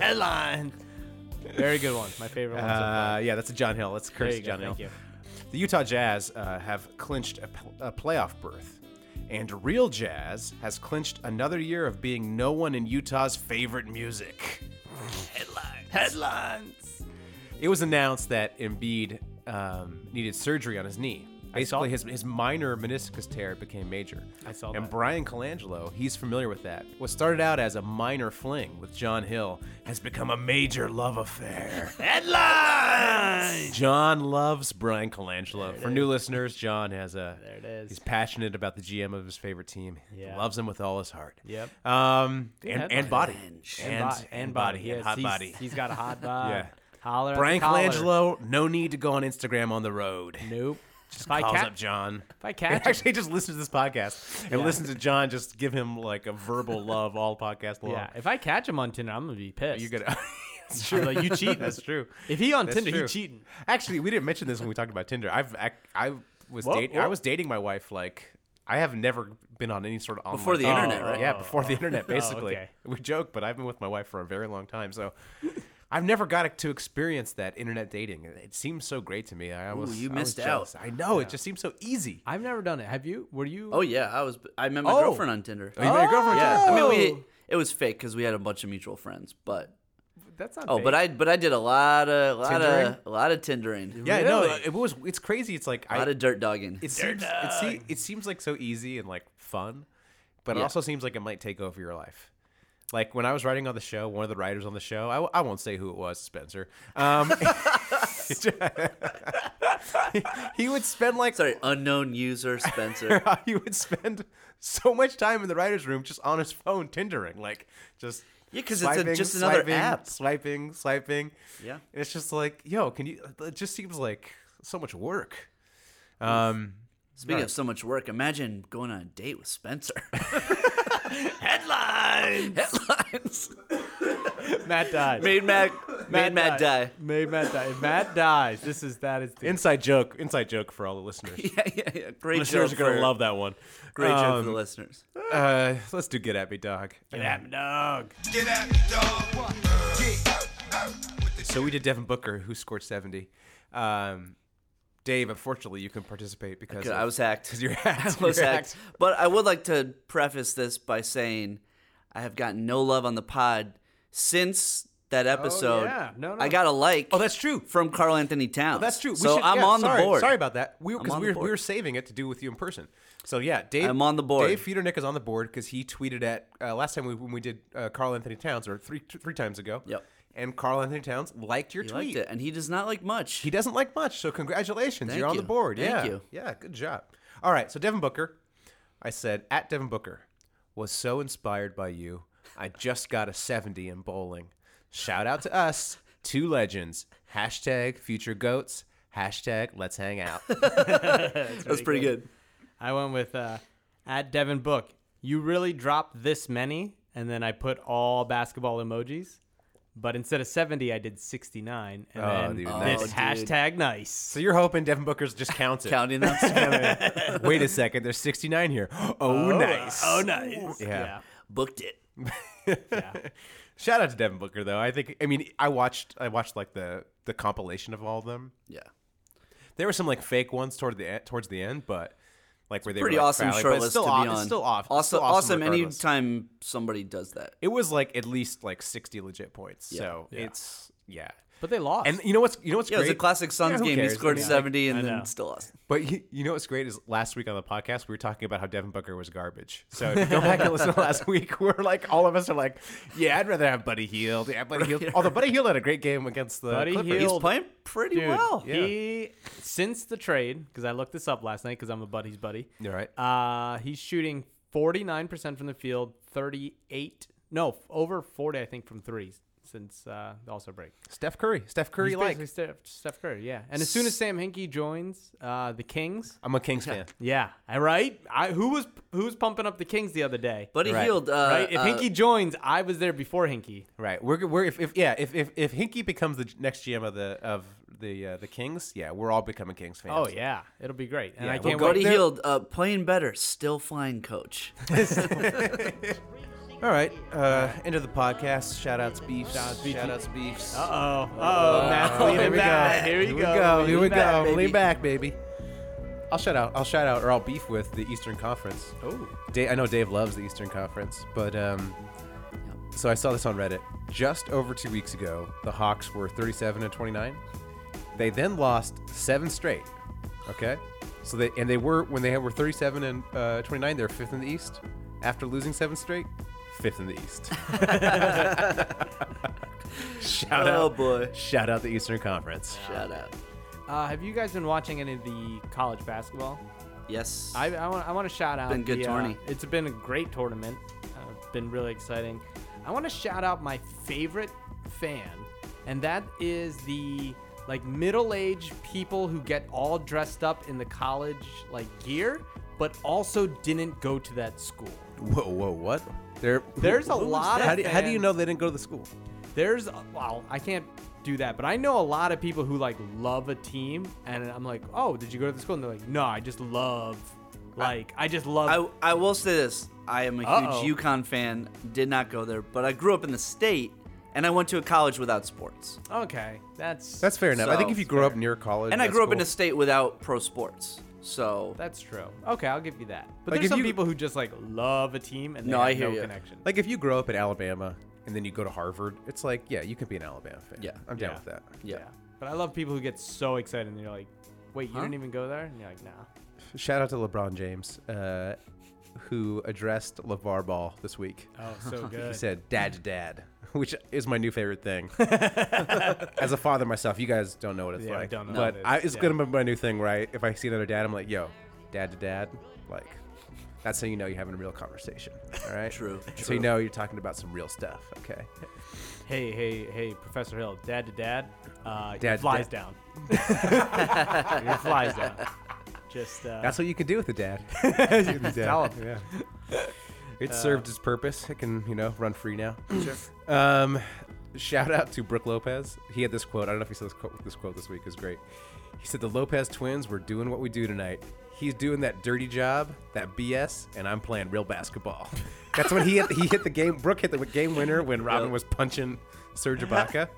Headline. Very good one. My favorite one. so far. Uh, yeah, that's a John Hill. That's There Curtis you go, John Hill. Thank you. The Utah Jazz uh, have clinched a, pl- a playoff berth, and Real Jazz has clinched another year of being no one in Utah's favorite music. Headlines. Headlines. It was announced that Embiid um, needed surgery on his knee. Basically, his, his minor meniscus tear became major. I saw And that. Brian Colangelo, he's familiar with that. What started out as a minor fling with John Hill has become a major love affair. Headlines! John loves Brian Colangelo. For new listeners, John has a. There it is. He's passionate about the GM of his favorite team. Yeah. Loves him with all his heart. Yep. Um, and, headlines. and body. Revenge. And, and body. And body. Yes, hot he's- body. He's got a hot body. Yeah. Holler. at Brian the collar. Colangelo, no need to go on Instagram on the road. Nope. Just if I Calls ca- up John. If I catch him. actually just listens to this podcast and listens to John just give him like a verbal love all podcast long. Yeah. If I catch him on Tinder, I'm gonna be pissed. You're gonna. That's I'm like, you cheating. That's true. If he on That's Tinder, true. he cheating. Actually, we didn't mention this when we talked about Tinder. I've I, I was Whoa, dating. I whoa. was dating my wife like. I have never been on any sort of online Before the dating. internet, right? Yeah, before the internet, basically. Oh. okay. We joke, but I've been with my wife for a very long time, so I've never got to experience that internet dating. It- It seems so great to me. I was you I was missed out. jealous. I know it just seems so easy. I've never done it. Have you? Were you? Oh yeah, I was. I met my Oh. girlfriend on Tinder. you met your girlfriend? Yeah, I mean we. Oh. It was fake because we had a bunch of mutual friends, but that's not. oh, but I but I did a lot of a lot Tindering? of a lot of tindering, Yeah, no, Really? it was. It's crazy. It's like a lot I, of dirt dogging. it seems it, se- it seems like so easy and like fun, but it Yeah. also seems like it might take over your life. Like when I was writing on the show, one of the writers on the show, I, w- I won't say who it was, Spencer. Um, he would spend like Sorry, unknown user Spencer. he would spend so much time in the writers' room just on his phone tindering, like just Yeah, 'cause it's a- swiping, just another swiping, app. swiping, swiping. Yeah. and it's just like, yo, can you? It just seems like so much work. Um, Speaking of so much work, imagine going on a date with Spencer. Headlines. Headlines. Matt died. Made Matt. made Matt die. Made Matt die. If Matt dies, this is that is the inside joke, inside joke for all the listeners. Yeah, yeah, yeah. Great listeners are joke gonna for- love that one. Great joke for the Um, listeners. Uh, let's do get at me, dog. dog. Get at me, dog. Get out, out with the So we did Devin Booker, who scored seventy. Um, Dave, unfortunately, you can participate because I was hacked. Because you're hacked. was You're hacked. But I would like to preface this by saying I have gotten no love on the pod since that episode. yeah. No, no. I got a like. Oh, that's true. From Carl Anthony Towns. That's true. We so should- I'm yeah, on sorry, the board. Sorry about that. We because on we were the we board. were saving it to do with you in person. So yeah, Dave. I'm on the board. Dave Feudernick is on the board because he tweeted at uh, last time we, when we did uh, Carl Anthony Towns or three t- three times ago. Yep. And Carl Anthony Towns liked your He tweet. liked it, and he does not like much. He doesn't like much, so congratulations. Thank You're on you. the board. Thank yeah. you. Yeah, good job. All right, so Devin Booker, I said, at Devin Booker, was so inspired by you. I just got a 70 in bowling. Shout out to us, two legends. Hashtag future goats. Hashtag let's hang out. that's pretty good. I went with uh, at Devin Book. You really dropped this many, and then I put all basketball emojis. But instead of 70, I did 69. And Oh, then dude, this nice. hashtag nice. So you're hoping Devin Booker's just counts it. Counting them, Wait a second, there's 69 here. Oh, nice. Oh, nice. Yeah. booked it. Shout out to Devin Booker though. I think I mean I watched I watched like the the compilation of all of them. Yeah, There were some like fake ones toward the e- towards the end, but like where they pretty were like, awesome fouling, but short it's list to still be aw- on. It's still off. it's Also, still awesome. regardless. Anytime somebody does that, It was like at least like 60 legit points. So it's yeah. But they lost. And you know what's you know what's yeah, it great? was a classic Yeah, Suns who game. cares? He scored I mean, like, seventy I and know. then still lost. But you, you know what's great is last week on the podcast we were talking about how Devin Booker was garbage. So if you go back and listen to last week, we're like all of us are like, yeah, I'd rather have Buddy Healed. Yeah, Buddy Healed. Although Buddy Healed had a great game against the Buddy Clippers. Hield- He's playing pretty Dude, well. yeah. He since the trade because I looked this up last night because I'm a buddy's buddy. All right. Uh, he's shooting 49 percent from the field, 38 no f- over 40 I think from three since uh, the also break. Steph Curry. Steph Curry He's like. basically Steph, Steph Curry, yeah. And as soon as Sam Hinkie joins uh, the Kings, I'm a Kings fan. yeah, I right. I who was who was pumping up the Kings the other day? Buddy Right. Healed, uh, right, if uh, Hinkie joins, I was there before Hinkie. Right. We're we're if, if yeah if if if Hinkie becomes the next GM of the of the uh, the Kings, yeah, we're all becoming Kings fans. Oh yeah, it'll be great. And Yeah, I we'll can't go wait. to Buddy They're- Healed, uh, playing better, still fine, coach. All right. Uh, end of the podcast. Shout outs beefs. Shout outs beefs. Uh oh, oh, Matt's leaving here we back. go. Here we we go. Here we Lean back, go. baby. Lean back, baby. I'll shout out. I'll shout out or I'll beef with the Eastern Conference. Oh. Dave, I know Dave loves the Eastern Conference, but um, so I saw this on Reddit just over two weeks ago. The Hawks were 37 and 29. They then lost seven straight. Okay, so they and they were when they were 37 and uh, 29, they were fifth in the East. After losing seven straight, fifth in the East. Shout Oh out, boy, shout out the Eastern Conference. shout out. Uh, have you guys been watching any of the college basketball? Yes, I, I, want, I want to shout out. Been good the, uh, tourney. it's been a great tournament. Uh, been really exciting. I want to shout out my favorite fan, and that is the like middle-aged people who get all dressed up in the college like gear, but also didn't go to that school. Whoa, whoa, what? There, There's a lot of How do, how do you fans- know they didn't go to the school? there's uh, well i can't do that but i know a lot of people who like love a team and i'm like oh did you go to the school and they're like no i just love like i, just love I, I will say this. I am a Uh-oh. huge UConn fan. Did not go there, but I grew up in the state, and I went to a college without sports. okay that's That's fair enough. I think So- if you grow up near college, And I that's grew up in cool. a state without pro sports. So that's true okay i'll give you that but Like, there's if some you- people who just like love a team and they No, have I hear no ya. connection Like if you grow up in Alabama and then you go to Harvard, it's like, yeah, you could be an Alabama fan. Yeah. I'm down Yeah. with that. yeah. but i love people who get so excited and you're like wait you didn't even go there and you're like nah Shout out to LeBron James, uh, who addressed LeVar Ball this week. oh so He good said, "Dad to dad," which is my new favorite thing. As a father myself, you guys don't know what it's Yeah, I like, don't know but what it I, is. it's Yeah. gonna be my new thing, right? If I see another dad, I'm like, "Yo, dad to dad," like. That's how you know you're having a real conversation. All right. True, That's how true. you know you're talking about some real stuff. Okay. hey hey hey professor hill dad to dad uh Dad dad to flies dad. down He flies down just uh That's what you can do with a dad. You can tell dad. Yeah. It Uh, served its purpose. It can, you know, run free now. Um, shout out to Brooke Lopez. He had this quote. I don't know if he saw this quote. This quote this week is great. He said, "The Lopez twins were doing what we do tonight. He's doing that dirty job, that BS, and I'm playing real basketball." That's when he hit. He hit the game. Brooke hit the game winner when Robin was punching Serge Ibaka.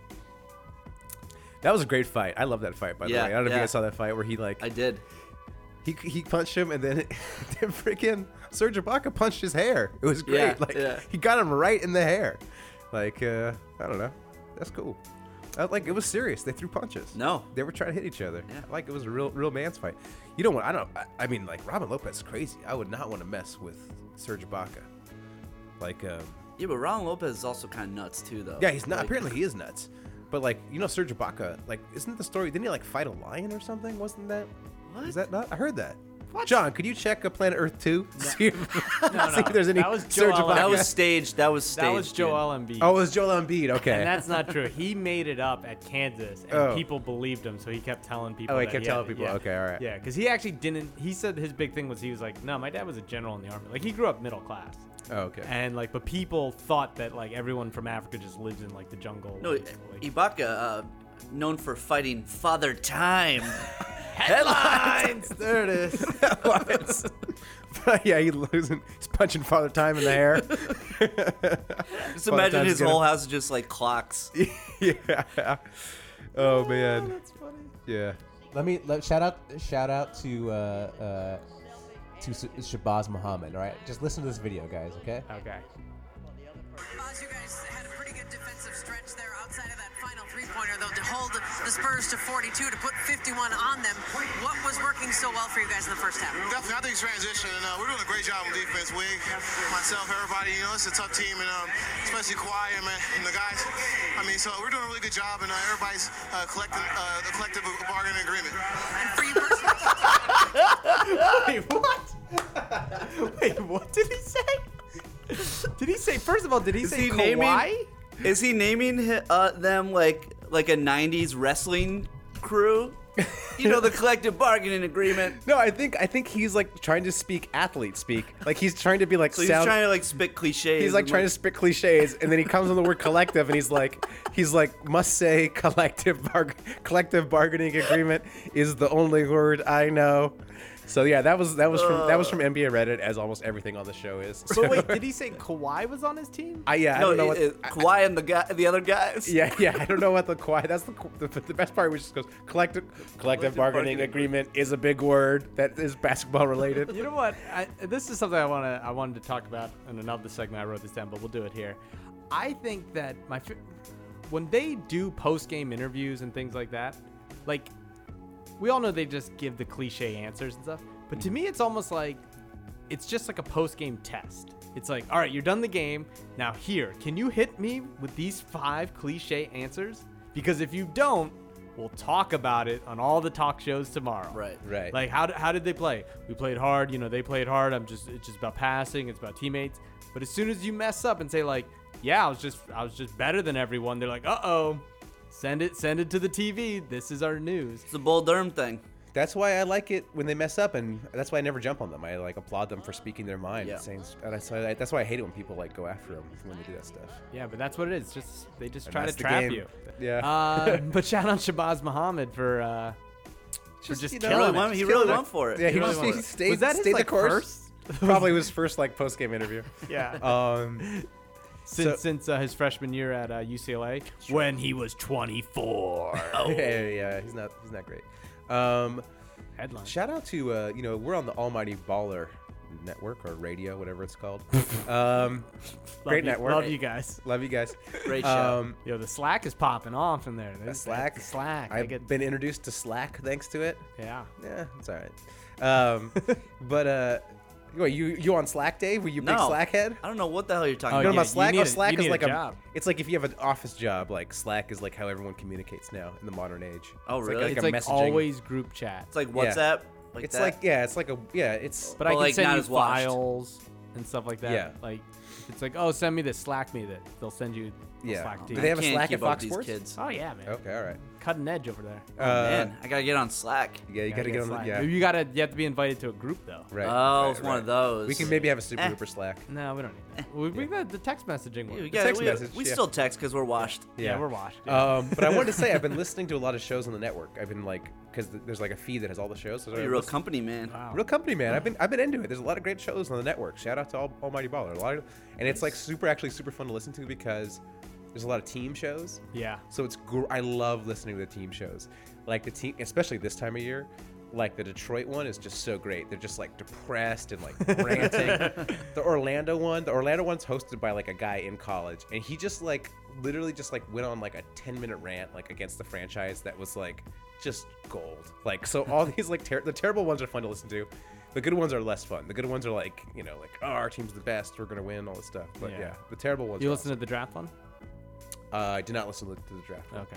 That was a great fight. I love that fight. By the Yeah, way, I don't know if you yeah. guys saw that fight where he like I did. he, he punched him, and then, then freaking Serge Ibaka punched his hair. It was great. Yeah, like yeah. he got him right in the hair. Like uh, I don't know. That's cool. Uh, like it was serious. They threw punches. No. they were trying to hit each other. Like it was a real real man's fight. You don't want. I don't. I, I mean, like Robin Lopez is crazy. I would not want to mess with Serge Ibaka. Like um, Yeah, but Ron Lopez is also kind of nuts too, though. yeah, he's not. Like, apparently, he is nuts. But like you know, Serge Ibaka. Like isn't the story? Didn't he like fight a lion or something? Wasn't that? What? Is that not? I heard that. John, could you check a Planet Earth two? See, if, see if there's any That was Serge Joel Ibaka. Embiid. That was staged. That was staged. that was dude. Joel Embiid. oh, it was Joel Embiid. Okay. And that's not true. He made it up at Kansas, and Oh. people believed him, so he kept telling people. Oh, he that kept had telling it. people. Yeah. Okay, all right. Yeah, because he actually didn't. He said his big thing was he was like, "No, my dad was a general in the army. Like he grew up middle class." Oh, okay. and like but people thought that like everyone from Africa just lives in like the jungle. No, like, Ibaka, uh, known for fighting Father Time. Headlines. there it is. yeah, he losing. He's punching Father Time in the hair. Just imagine Time's his gonna- whole house is just like clocks. yeah. Oh man. That's funny. Yeah. Let me let, shout out shout out to uh, uh, to Sh- Shabazz Muhammad. All right, just listen to this video, guys. Okay. Okay. Boz, you guys had a pretty good defensive stretch there outside of that final three-pointer, though, to hold the Spurs to 42, to put 51 on them. What was working so well for you guys in the first half? Definitely, I think transition, and uh, we're doing a great job on defense. Wig, myself, everybody. You know, it's a tough team, and um, especially Kawhi and, man, and the guys. I mean, so we're doing a really good job, and uh, everybody's uh, collecting uh, the collective bargaining agreement. And for you personally, Wait, what? Wait, what did he say? Did he say first of all? Did he say Kawhi? Is he naming hi- uh, them like like a '90s wrestling crew? You know the collective bargaining agreement. No, I think I think he's like trying to speak athlete speak. Like he's trying to be like So he's sound. trying to like spit cliches. he's like and, trying to spit cliches, and then he comes on the word collective, and he's like, he's like, must say collective barg- collective bargaining agreement is the only word I know. So yeah, that was that was from that was from NBA Reddit, as almost everything on the show is. But wait, did he say Kawhi was on his team? I, yeah, I No, don't know what. it- it- Kawhi and the guy, the other guys. yeah, yeah, I don't know what the quiet. That's the, the the best part, which just goes collective collective, bargaining, bargaining agreement is a big word that is basketball related. You know what? I, this is something I want to I wanted to talk about in another segment. I wrote this down, but we'll do it here. I think that my fi- when they do post game interviews and things like that, like we all know they just give the cliche answers and stuff. But to me, it's almost like it's just like a post game test. It's like, all right, you're done the game. Now here, can you hit me with these five cliche answers? Because if you don't, we'll talk about it on all the talk shows tomorrow. Right. Right. Like how did, how did they play? We played hard, you know, they played hard. I'm just it's just about passing, it's about teammates. But as soon as you mess up and say like, yeah, I was just I was just better than everyone, they're like, "Uh-oh. Send it send it to the TV. This is our news." It's the Bull Durham thing. That's why I like it when they mess up, and that's why I never jump on them. I like applaud them for speaking their mind. Yeah. And saying, and that's why I, that's why I hate it when people like go after them when they do that stuff. Yeah, but that's what it is. Just they just And try to that's the trap game. you. Yeah. Uh, but shout out Shabazz Muhammad for uh for just you know, He really killing went, it. he Just really killing it. went for it. yeah, he, really just won. he stayed, Was that his, stayed like, the course. first? Probably was first like post game interview. Yeah. Um, since so- since uh, his freshman year at uh, UCLA when he was 24. yeah, yeah, he's not he's not great. Um, Headline. Shout out to uh, you know we're on the Almighty Baller Network or radio, whatever it's called. um, Love great you- network. Love you guys. Love you guys. Great show. Um, Yo, the Slack is popping off in there. This- Slack. the Slack. I I've get. been introduced to Slack thanks to it. yeah. Yeah, it's all right. Um, but uh, wait, you you on Slack, Dave? Were you a big No. Slack head? I don't know what the hell you're talking Oh, You know about. yeah. about Slack? need Oh, a- Slack you is need a like a, job. it's like if you have an office job, like Slack is like how everyone communicates now in the modern age. Oh, It's really? Like, It's a like messaging- always group chat. It's like WhatsApp. Like It's that. like yeah, it's like a yeah, it's but but I can like not send you as watched. files and stuff like that. Yeah. Like, it's like, oh, send me this, Slack me that. They'll send you the Yeah. Slack Do to they you. have a Can't Slack keep at up Fox these Sports? kids. Oh yeah, man. Okay, all right. Cutting edge over there. Uh, Man, I gotta get on Slack. Yeah, you gotta get on. The, Slack. yeah, You gotta. You have to be invited to a group though. right. Oh, right, it's one of right. those. We can maybe have a super Eh. duper Slack. No, we don't need that. We, we got the text messaging one. We, yeah, got, text we, message, we yeah. still text because we're washed. we're washed. yeah. Um, but I wanted to say I've been listening to a lot of shows on the network. I've been like, because th- there's like a feed that has all the shows. So I Oh, You're a real listen- company man. real company, man. I've been I've been into it. There's a lot of great shows on the network. Shout out to Al- Almighty Baller. A lot of, and it's like super actually super fun to listen to because there's a lot of team shows. Yeah. So it's gr- I love listening to the team shows, like the team, especially this time of year. Like the Detroit one is just so great. They're just like depressed and like ranting. the Orlando one, the Orlando one's hosted by like a guy in college, and he just like literally just like went on like a ten minute rant like against the franchise that was like just gold. Like so, all these like ter- the terrible ones are fun to listen to. The good ones are less fun. The good ones are like you know like oh our team's the best, we're gonna win all this stuff. But Yeah. yeah, the terrible ones. you are listen to the draft one? awesome. uh, I did not listen to the draft. one. Okay.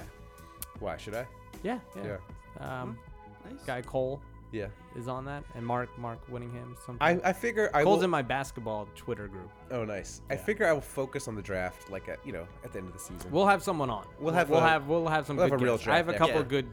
Why should I? Yeah. Yeah. Um, Hmm. guy Cole Yeah. is on that, and Mark Mark Winningham. Something. I, I figure I Cole's will. in my basketball Twitter group. oh, nice. I figure I will focus on the draft, like at you know, at the end of the season. We'll have someone on. We'll have we'll a- have we'll have some we'll good have a real guests. I have a draft couple expert. of good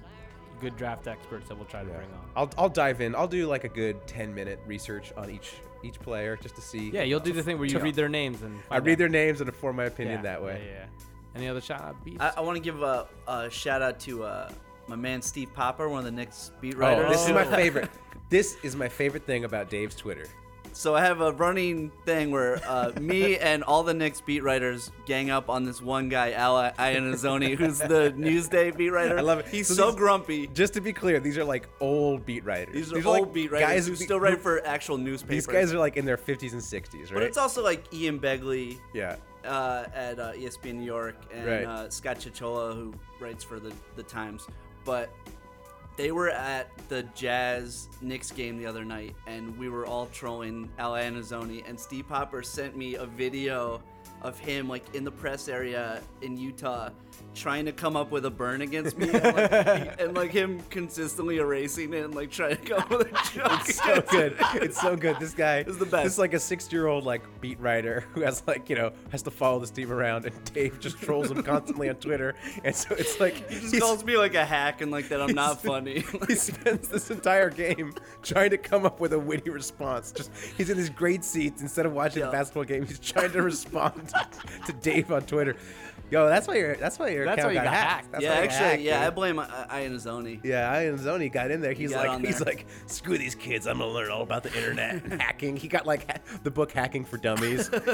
good draft experts that we'll try to Yeah. bring on. I'll I'll dive in. I'll do like a good ten minute research on each each player just to see. Yeah, you'll do the thing where you read their names and I read their names and form my opinion that way. Yeah, yeah. Any other shout out beats? I, I want to give a, a shout out to uh, my man Steve Popper, one of the Knicks beat writers. Oh, this is my favorite. this is my favorite thing about Dave's Twitter. So I have a running thing where uh, me and all the Knicks beat writers gang up on this one guy, Al Iannizoni, who's the Newsday beat writer. I love it. He's So so these- grumpy. Just to be clear, these are like old beat writers. These are like, old beat writers who be- still write for actual These newspapers. guys are like in their 50s and 60s, But right? it's also like Ian Begley yeah. uh, at uh, ESPN New York and Right. uh, Scott Chichola, who writes for the, the Times. But they were at the Jazz Knicks game the other night, and we were all trolling Al Anazzoni. And Steve Popper sent me a video of him like in the press area in Utah trying to come up with a burn against me and like, he- and, like, him consistently erasing it and like trying to come up with a joke. so good. It's so good. This guy is the best. This is like a six-year-old like beat writer who has like you know has to follow this team around, and Dave just trolls him constantly on Twitter, and so it's like He just he's- calls me like a hack and like that I'm not he's- funny. he spends this entire game trying to come up with a witty response. Just he's in these great seats instead of watching Yeah. the basketball game, he's trying to respond to Dave on Twitter. Yo, that's why your that's why your That's account why you got, got hacked. hacked. That's yeah, why you got actually, hacked, yeah, dude. I blame I- I- Ianazoni. Yeah, I and Zoni got in there. He's got on like, he's there. like, screw these kids. I'm gonna learn all about the internet and hacking. He got like ha- the book Hacking for Dummies. Dude,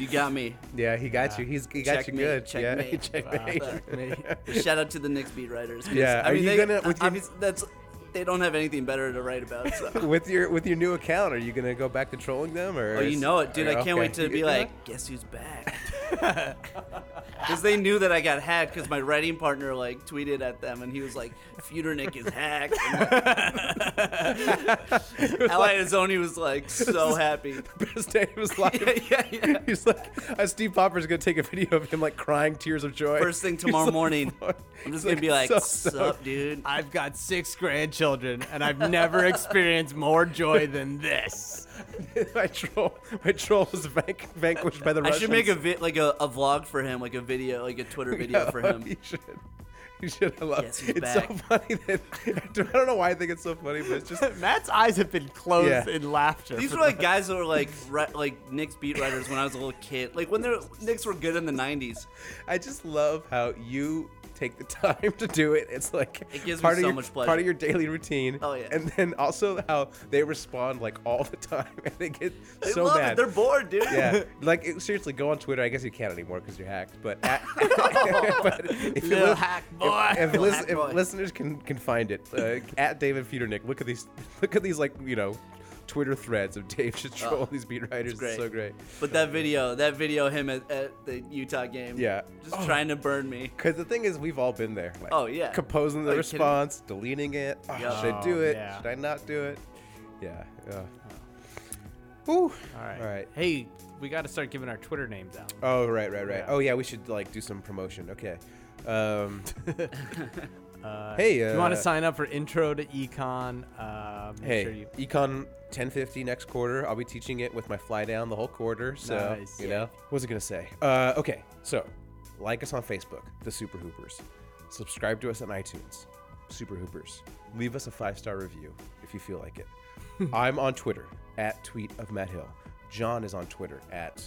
you got me. yeah, he got Ah, you. He's he got Checkmate, you good. Yeah, checkmate. checkmate. Shout out to the Knicks beat writers. 'cause, Yeah, I are mean, you they, gonna- with your- obvious- that's they don't have anything better to write about. So. With your with your new account, are you gonna go back to trolling them or? oh, you is- know it, dude. I or- can't wait okay. to be You- like, guess who's back? Because they knew that I got hacked. Because my writing partner like tweeted at them, and he was like, "Futernick is hacked." Alianzoni was like so happy. best day of his life. Yeah, yeah, yeah. He's like, uh, Steve Popper's gonna take a video of him like crying tears of joy. First thing tomorrow morning, I'm just gonna be like, so "Sup, dude." I've got six grandchildren, and I've never experienced more joy than this. my troll, my troll was vank- vanquished by the I Russians. should make a vi- like a, a vlog for him, like a video, like a Twitter video for him. You should. You should. I love. Yes, he's it's so back. funny that I don't know why I think it's so funny, but it's just Matt's eyes have been closed Yeah. in laughter. These for were the- like guys that were like ri- like Knicks beat writers when I was a little kid. Like when the Knicks were good in the '90s. I just love how you take the time to do it. It's like It gives me part of so your, much pleasure. Part of your daily routine. Oh, yeah. And then also how they respond like all the time, and they get They so love mad. it. They're bored, dude. yeah, like it- seriously, go on Twitter. I guess you can't anymore because you're hacked. But, but if you Little lis- hack boy. if, Little lis- hack if boy. listeners can can find it uh, at David Peternick, look at these, look at these like you know, Twitter threads of Dave just trolling these beat writers. It's, Oh, great. so great. But that video, that video, him at, at the Utah game. Yeah. Oh. Just trying to burn me. Because the thing is, we've all been there. Like, Oh, yeah. composing the Are you kidding me? response, deleting it. Oh, Yeah. Should I do it? yeah. Should I not do it? Yeah. yeah. Ooh. all right. All right. Hey, we got to start giving our Twitter names out. Oh right, right, right. Yeah. Oh yeah, we should like do some promotion. Okay. Um, hey, uh, If you want to sign up for Intro to Econ, uh, make Hey, sure you. Econ 1050 next quarter. I'll be teaching it with my fly down the whole quarter. So Nice. you know, what was I gonna say? Uh, okay, so like us on Facebook, The Super Hoopers. Subscribe to us on iTunes, Super Hoopers. Leave us a five star review if you feel like it. I'm on Twitter at tweet of Matt Hill. John is on Twitter at.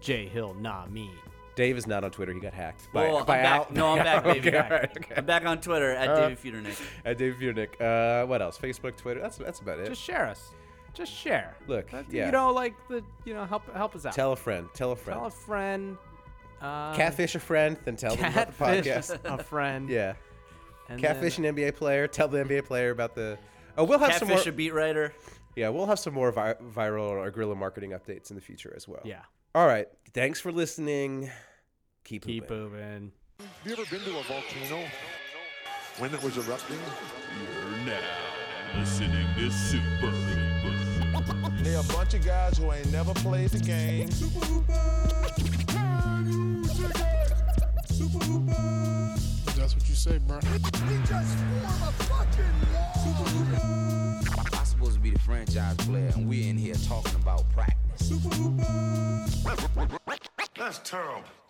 J Hill, nah me. Dave is not on Twitter. He got hacked by, Well, Oh, I'm by Al. back. No, I'm back, baby. okay, all right, okay. Uh, I'm back on Twitter at David Futernick. At David Viernick. Uh, what else? Facebook, Twitter. That's that's about it. Just share us. Just share. Look, That- yeah. You know, like the, you know, help help us out. tell a friend. Tell a friend. Tell a friend. Uh, catfish a friend, then tell them about the catfish podcast. a friend. yeah, and then- catfish an NBA player. Tell the NBA player about the. Oh, we'll have some more. Catfish, a beat writer. yeah, we'll have some more vi- viral or guerrilla marketing updates in the future as well. Yeah. All right. Thanks for listening. Keep Keep hooping. moving. Have you ever been to a volcano when it was erupting? You're now listening to Super They're a bunch of guys who ain't never played the game. That's what you say, bro. We just form a fucking I'm supposed to be the franchise player, and we're in here talking about practice. That's terrible.